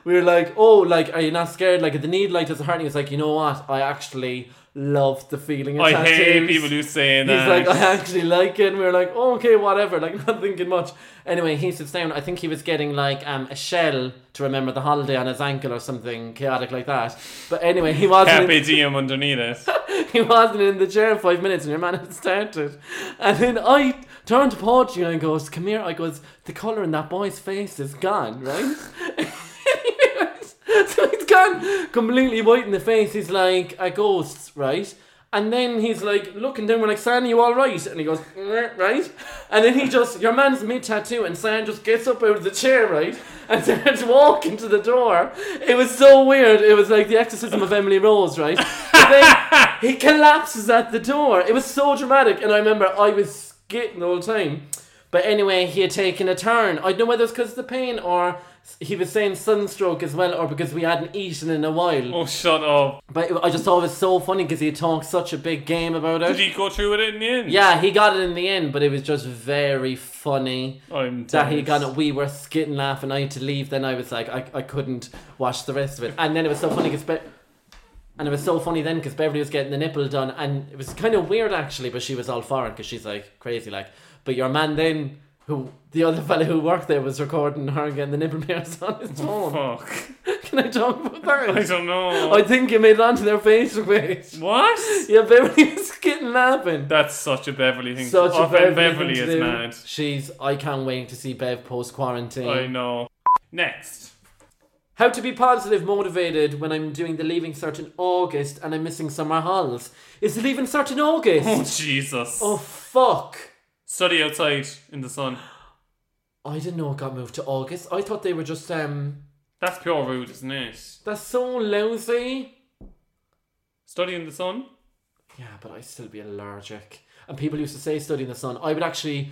We were like, oh, like, are you not scared? Like, if the need like doesn't hurt, and he was like, you know what? I actually love the feeling of
I
tattoos.
hate people who say
He's
that.
like, (laughs) I actually like it. And we were like, "Oh, okay, whatever. Like, (laughs) not thinking much. Anyway, he sits down. I think he was getting like um, a shell to remember the holiday on his ankle or something chaotic like that. But anyway, he wasn't.
Happy
In,
DM underneath it.
(laughs) he wasn't in the chair five minutes, and your man had started. And then I turned to Portugal and goes, "Come here." I goes, "The color in that boy's face is gone, right?" (laughs) so he's gone completely white in the face. He's like a ghost, right? And then he's like looking down. We're like, "San, you all right?" And he goes, "Mm, "Right." And then he just, your man's mid tattoo, and San just gets up out of the chair, right, and (laughs) starts walking to the door. It was so weird. It was like the exorcism of Emily Rose, right? But then he collapses at the door. It was so dramatic, and I remember I was skitting the whole time. But anyway, he had taken a turn. I don't know whether it's because of the pain or he was saying sunstroke as well, or because we hadn't eaten in a while.
Oh, shut up.
But I just thought it was so funny because he talked such a big game about it.
Did he go through with it in the end?
Yeah, he got it in the end, but it was just very funny
I'm
that he
jealous.
got it. We were skitting laugh, and I had to leave. Then I was like, I, I couldn't watch the rest of it. And then it was so funny because. Be- and it was so funny then because Beverly was getting the nipple done, and it was kind of weird actually, but she was all for it because she's like crazy, like. But your man then, who the other (laughs) fella who worked there was recording her getting the nipple (laughs) pierced on his phone.
Oh, Fuck.
Can I talk about that?
(laughs) I don't know.
(laughs) I think you made it onto their Facebook page.
what?
Yeah, Beverly was (laughs) getting laughing.
That's such a Beverly thing.
Such
Oh,
a Beverly,
Beverly
thing to
is
do.
mad.
She's. I can't wait to see Bev post
I
quarantine.
know. Next.
How to be positive, motivated when I'm doing the leaving cert in August and I'm missing summer halls. Is the leaving cert in
Oh,
August?
Jesus.
oh fuck!
Study outside in the sun.
I didn't know it got moved to August. I thought they were just um.
That's pure rude, isn't it?
That's so lousy.
Study in the sun?
Yeah, but I'd still be allergic. And people used to say study in the sun. I would actually,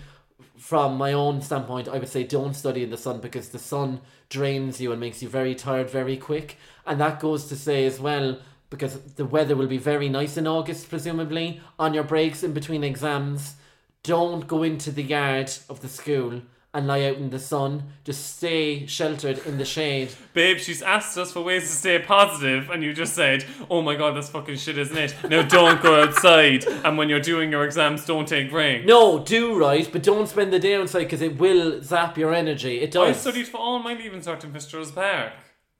from my own standpoint, I would say don't study in the sun because the sun drains you and makes you very tired very quick. And that goes to say as well, because the weather will be very nice in August, presumably, on your breaks in between exams. Don't go into the yard of the school and lie out in the sun. Just stay sheltered in the shade.
Babe, she's asked us for ways to stay positive, and you just said, Oh my god, that's fucking shit, isn't it? Now don't go outside, and when you're doing your exams, don't take breaks.
No, do right, but don't spend the day outside because it will zap your energy. It does.
I studied for all my leaving cert in Fitzgerald's Park.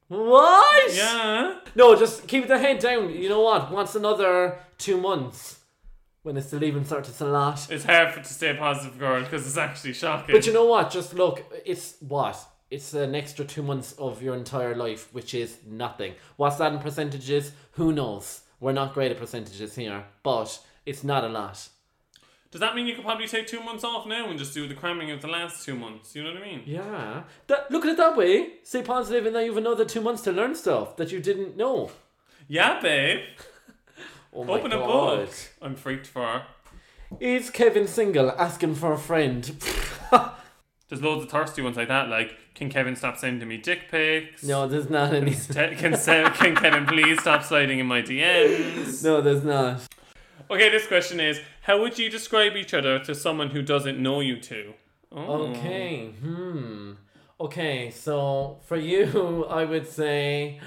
What?
Yeah.
No, just keep the head down. You know what? Once another two months when it's the leaving cert, it's a lot.
It's hard for, to stay positive, girl, because it's actually shocking.
But you know what? Just look, it's what? It's an extra two months of your entire life, which is nothing. What's that in percentages? Who knows? We're not great at percentages here, but it's not a lot.
Does that mean you could probably take two months off now and just do the cramming of the last two months? You know what I mean?
Yeah. That, look at it that way. Stay positive, and now you've another two months to learn stuff that you didn't know.
Yeah, babe.
Oh my
Open a
God.
book. I'm freaked for her.
Is Kevin single asking for a friend? (laughs)
There's loads of thirsty ones like that, like, Can Kevin stop sending me dick pics?
no, there's not any.
Te- can, se- can Kevin please stop sliding in my DMs?
No, there's not.
Okay, this question is How would you describe each other to someone who doesn't know you two? Oh.
Okay. Hmm. Okay. So for you, (laughs) I would say,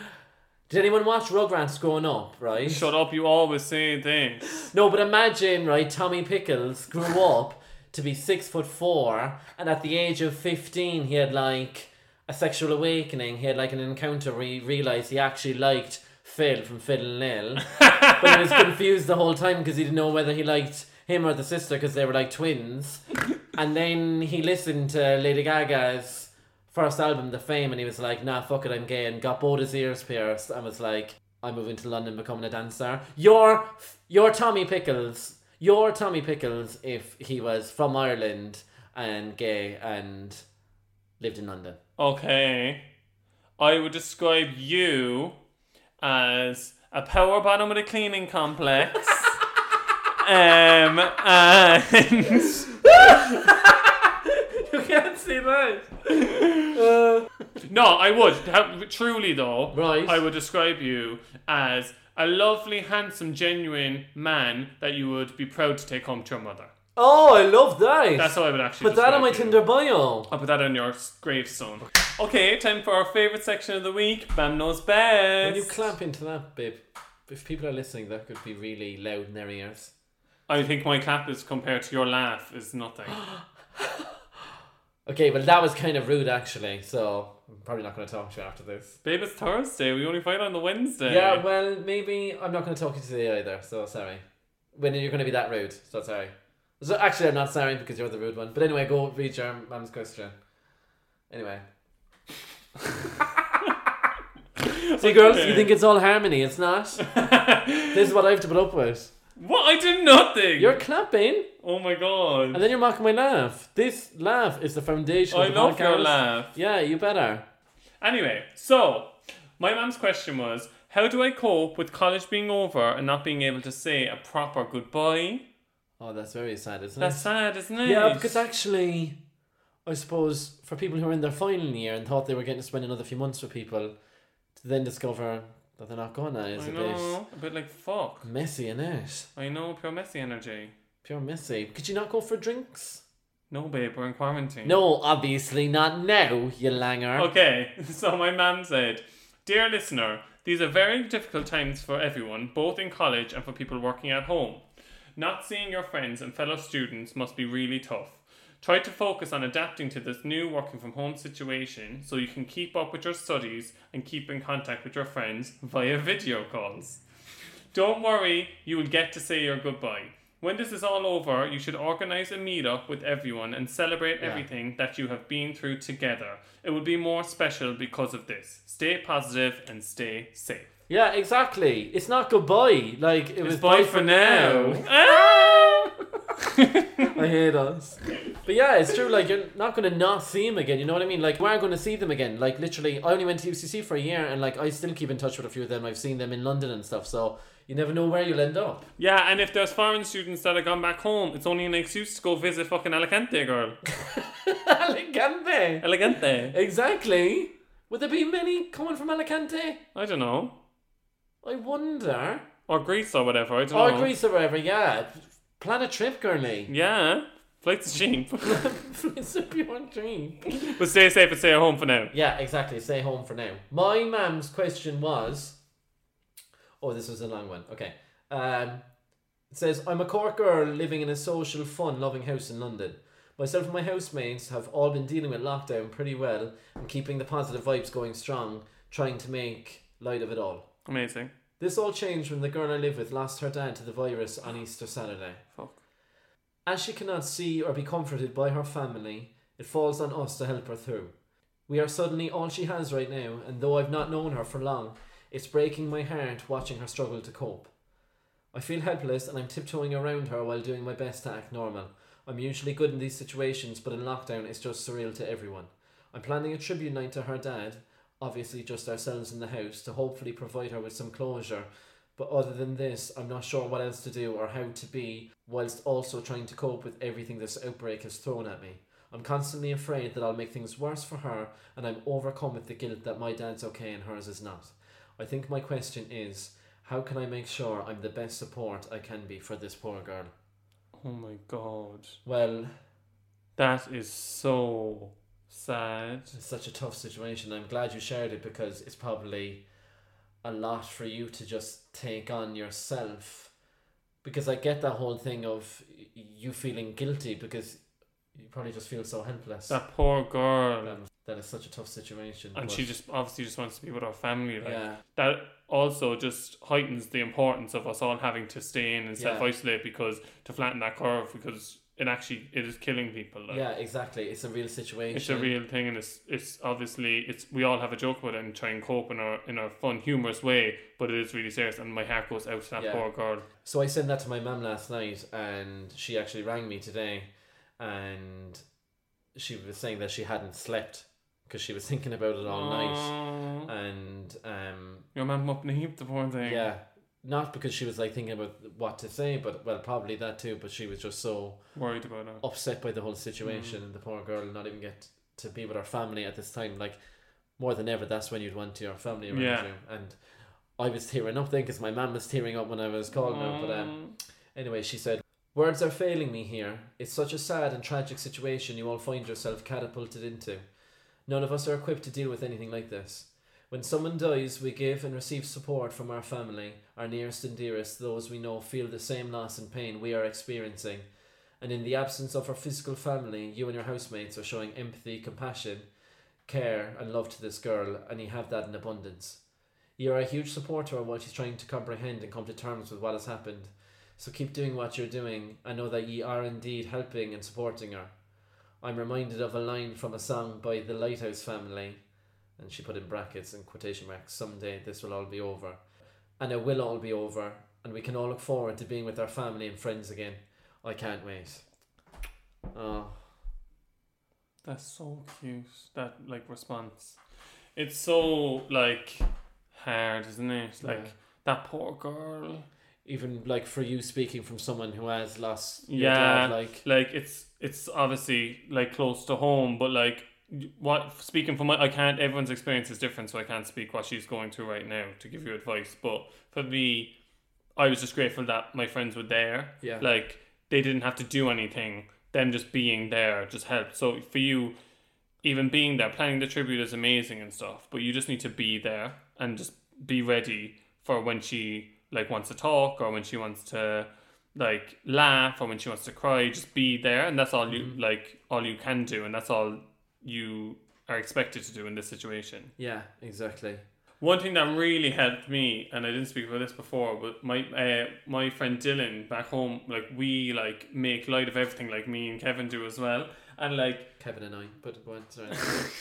did anyone watch Rugrats growing up? Right.
Shut up, you always say this.
No, but imagine right. Tommy Pickles grew up to be six foot four, and at the age of fifteen, he had like a sexual awakening. He had like an encounter where he realized he actually liked Phil from Phil and Lil, but he was confused the whole time because he didn't know whether he liked him or the sister because they were like twins. And then he listened to Lady Gaga's first album, The Fame, and he was like, nah, fuck it, I'm gay, and got both his ears pierced and was like, I'm moving to London, becoming a dance star. You're, you're Tommy Pickles. You're Tommy Pickles if he was from Ireland and gay and lived in London.
Okay. I would describe you as a power bottom with a
(laughs)
cleaning complex. um, and.
You can't see that.
Uh, No, I would. How- Truly, though,
Right.
I would describe you as a lovely, handsome, genuine man that you would be proud to take home to your mother.
Oh, I love that.
That's how I would actually.
Put that on
describe
my
you.
Tinder bio.
I'll put that on your s- gravestone. Okay, time for our favorite section of the week. Bam knows best.
When you clap into that, babe, if people are listening, that could be really loud in their ears.
I think my clap is compared to your laugh
(gasps)
is nothing.
Okay, well, that was kind of rude, actually, so I'm probably not going to talk to you after this.
Babe, it's Thursday. We only fight on the Wednesday.
Yeah, well, maybe I'm not going to talk to you today either, so sorry. When you're going to be that rude, so sorry. So actually, I'm not sorry because you're the rude one. But anyway, go read your mum's question.
(laughs)
Anyway. See, girls, you think it's all harmony. It's
(laughs)
not. this is what I have to put up with.
what? I did nothing.
You're clapping,
Oh my god.
and then you're mocking my laugh. This laugh is the foundation
I
of the
love
podcast.
your laugh.
Yeah, you better.
Anyway, so my mum's question was How do I cope with college being over and not being able to say a proper goodbye?
Oh, that's very sad, isn't it?
That's sad, isn't it?
Yeah, because actually, I suppose for people who are in their final year and thought they were getting to spend another few months with people, to then discover that they're not gonna is
I
a
know, a bit like fuck.
bit messy in it.
I know, pure messy energy.
Pure messy. Could you not go for drinks?
No, babe, we're in quarantine.
No, obviously not now, you langer.
Mm. Okay, (laughs) so my mum said, Dear listener, these are very difficult times for everyone, both in college and for people working at home. Not seeing your friends and fellow students must be really tough. Try to focus on adapting to this new working from home situation so you can keep up with your studies and keep in contact with your friends via video calls. Don't worry, you will get to say your goodbye. When this is all over, you should organize a meetup with everyone and celebrate everything that you have been through together. It will be more special because of this. Stay positive and stay safe.
Yeah, exactly. It's not goodbye. Like it was
It's bye for now. Ah!
I hate us. But yeah, it's true. Like you're not gonna not see him again. You know what I mean? Like we are gonna see them again. Like literally, I only went to UCC for a year, and like I still keep in touch with a few of them. I've seen them in London and stuff. So you never know where you'll end up.
(laughs)
(laughs)
yeah, and if there's foreign students that have gone back home, it's only an excuse to go visit fucking Alicante, girl.
Alicante.
(laughs) Alicante.
Exactly. Would there be many coming from Alicante?
I don't know.
I wonder.
Or Greece or whatever. I don't
Or
know.
Greece or wherever. Yeah. Plan a trip, girlie.
Yeah. Flights
(laughs)
cheap. (laughs)
it's a pure dream.
but stay safe and stay at home for now.
Yeah, exactly. Stay home for now. My mum's question was Oh, this was a long one. Okay. Um, it says I'm a Cork girl living in a social, fun loving house in London. Myself and my housemates have all been dealing with lockdown pretty well and keeping the positive vibes going strong, trying to make light of it all.
Amazing.
This all changed when the girl I live with lost her dad to the virus on Easter Saturday.
Fuck.
As she cannot see or be comforted by her family, it falls on us to help her through. We are suddenly all she has right now, and though I've not known her for long, it's breaking my heart watching her struggle to cope. I feel helpless and I'm tiptoeing around her while doing my best to act normal. I'm usually good in these situations, but in lockdown it's just surreal to everyone. I'm planning a tribute night to her dad, obviously just ourselves in the house, to hopefully provide her with some closure. But other than this, I'm not sure what else to do or how to be, whilst also trying to cope with everything this outbreak has thrown at me. I'm constantly afraid that I'll make things worse for her, and I'm overcome with the guilt that my dad's okay and hers is not. I think my question is how can I make sure I'm the best support I can be for this poor girl?
Oh my god.
Well,
That is so sad.
it's such a tough situation. I'm glad you shared it because it's probably a lot for you to just take on yourself. Because I get that whole thing of y- you feeling guilty because you probably just feel so helpless.
That poor girl.
Um, that is such a tough situation.
and
but-
she just obviously just wants to be with her family. Like
Yeah.
that also just heightens the importance of us all having to stay in and
Yeah.
self isolate because to flatten that curve because it actually it is killing people. Like,
Yeah, exactly. It's a real situation.
uh, It's a real thing, and it's it's obviously it's we all have a joke about it and try and cope in our in our fun humorous way, but it is really serious, and my heart goes out to that
Yeah.
poor girl.
So I sent that to my mum last night, and she actually rang me today, and she was saying that she hadn't slept because she was (laughs) thinking about it all night,
Aw.
and um,
Your mum up in a heap, the poor thing.
yeah, not because she was like thinking about what to say, but well, probably that too. But she was just so
worried about her.
upset by the whole situation, and the poor girl not even get to be with her family at this time. Like more than ever, that's when you'd want your family around
Yeah.
you. And I was tearing up then because my mum was tearing up when I was calling her, but um. Anyway, she said, Words are failing me here. It's such a sad and tragic situation you all find yourself catapulted into. None of us are equipped to deal with anything like this. When someone dies, we give and receive support from our family, our nearest and dearest, those we know feel the same loss and pain we are experiencing. And in the absence of our physical family, you and your housemates are showing empathy, compassion, care, and love to this girl, and you have that in abundance. You are a huge support to her while she's trying to comprehend and come to terms with what has happened. So keep doing what you're doing and know that ye are indeed helping and supporting her. I'm reminded of a line from a song by the Lighthouse Family, and she put in brackets and quotation marks, someday this will all be over. And it will all be over, and we can all look forward to being with our family and friends again. I can't wait. Oh,
That's so cute. That like response. It's so like hard, isn't it? Like
Yeah.
that poor girl.
even like for you speaking from someone who has lost your
yeah
dad, like
like it's it's obviously like close to home but like what speaking from my i can't everyone's experience is different so i can't speak what she's going through right now to give you advice but for me i was just grateful that my friends were there
Yeah.
like they didn't have to do anything them just being there just helped so for you even being there planning the tribute is amazing and stuff but you just need to be there and just be ready for when she like wants to talk or when she wants to like laugh or when she wants to cry just be there and that's all you like all you can do and that's all you are expected to do in this situation
yeah, exactly.
one thing that really helped me, and I didn't speak about this before, but my uh, my friend Dylan back home, like we like make light of everything, like me and Kevin do as well, and like
Kevin and I, but but sorry.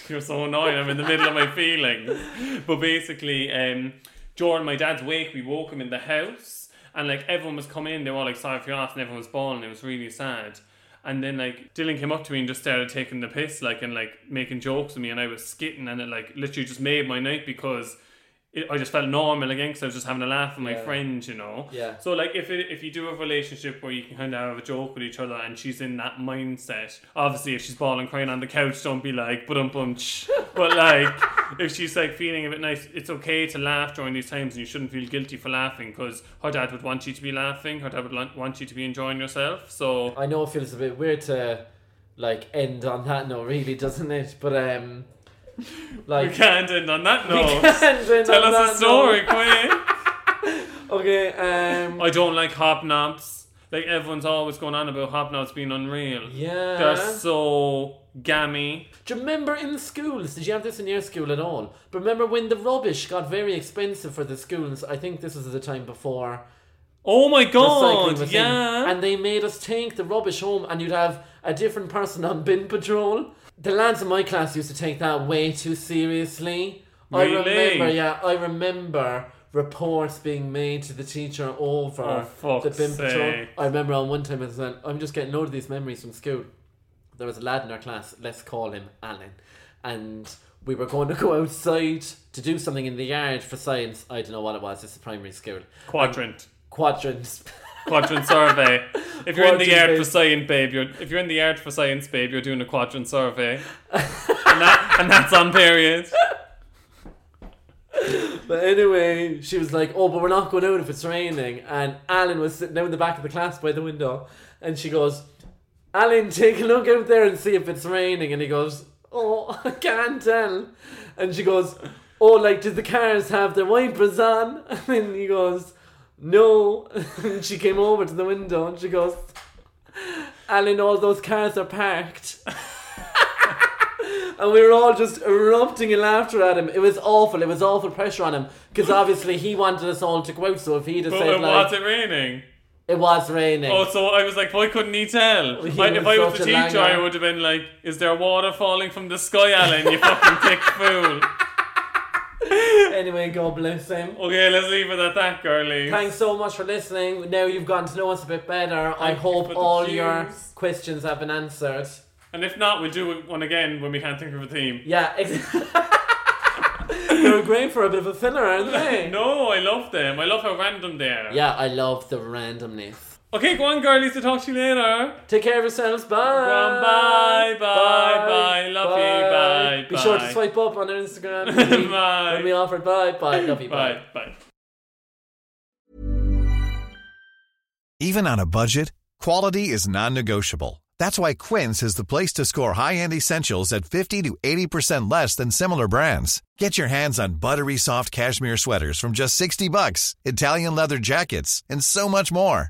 you're so annoying. I'm in the middle of my feelings. But basically, um, during my dad's wake, we woke him in the house, and like everyone was coming in, they were all like sorry for your loss, and everyone was bawling. It was really sad. And then like Dylan came up to me and just started taking the piss, like and like making jokes with me, and I was skitting, and it like literally just made my night because. It, I just felt normal again because I was just having a laugh with my friends, you know.
Yeah.
So like, if it, if you do a relationship where you can kind of have a joke with each other, and she's in that mindset, obviously if she's bawling crying on the couch, don't be like, but um bunch. But like, if she's like feeling a bit nice, it's okay to laugh during these times, and you shouldn't feel guilty for laughing because her dad would want you to be laughing, her dad would lo- want you to be enjoying yourself. So
I know it feels a bit weird to like end on that note, really, doesn't it? But
(laughs)
um,
we
like
can't end on that
we (laughs)
note.
can't (laughs) end
Tell
on
us a
that note.
story, quick.
Okay, um, (laughs)
I don't like hobnobs. Like everyone's always going on about hobnobs being unreal.
yeah.
They're so gammy.
Do you remember in schools? Did you have this in your school at all? But remember when the rubbish got very expensive for the schools? I think this was the time before
Oh my
recycling
god!
was in,
Yeah.
and they made us take the rubbish home, and you'd have a different person on bin patrol. The lads in my class used to take that way too seriously. I
Really?
remember, yeah, I remember reports being made to the teacher over
Oh, fuck's
the bin patrol.
sake.
I remember on one time as well. I'm just getting load of these memories from school there was a lad in our class, let's call him Alan, and we were going to go outside to do something in the yard for science. I don't know what it was, it's a primary school.
quadrant.
Quadrants.
quadrant survey. If you're in the
Quadrant
yard for
based.
science, babe, you're if you're in the yard for science, babe, you're doing a quadrant survey. and, that, and that's
(laughs)
on period.
But anyway, she was like, "Oh, but we're not going out if it's raining." And Alan was sitting down in the back of the class by the window, and she goes, "Alan, take a look out there and see if it's raining." And he goes, "Oh, (laughs) I can't tell." And she goes, "Oh, like did the cars have their wipers on?" (laughs) And then he goes, "No." (laughs) And she came over to the window and she goes, "Alan, all those cars are parked." (laughs) and we were all just erupting in laughter at him. It was awful. It was awful pressure on him because obviously he wanted us all to go out. So if he'd have
But
said
it
like
was it raining?
it was raining,
Oh, so I was like, why couldn't he tell?
He
I, if
was
I was
such
the
a
teacher, I
langer.
would have been like, is there water falling from the sky, Alan, you fucking thick
(laughs)
fool?
anyway, God bless him.
Okay, let's leave it at that, girlie.
Thanks so much for listening. Now you've gotten to know us a bit better. I
Thank you
hope
for the
all your
cues.
questions have been answered.
And if not, we'll do one again when we can't think of a theme.
Yeah, ex- (laughs) they're great for a bit of a filler, aren't they?
(laughs) No, I love them. I love how random they are.
Yeah, I love the randomness.
Okay, go on, girlies. I'll talk to you later.
Take care of yourselves. Bye.
Bye, bye, bye. Love you. Bye,
Be sure
bye.
to swipe up on our
(laughs)
Instagram.
Bye.
When we offer bye, bye. Love you.
Bye. Bye.
Even on a budget, quality is non-negotiable. That's why Quince is the place to score high-end essentials at 50 to 80% less than similar brands. Get your hands on buttery soft cashmere sweaters from just 60 bucks, Italian leather jackets, and so much more.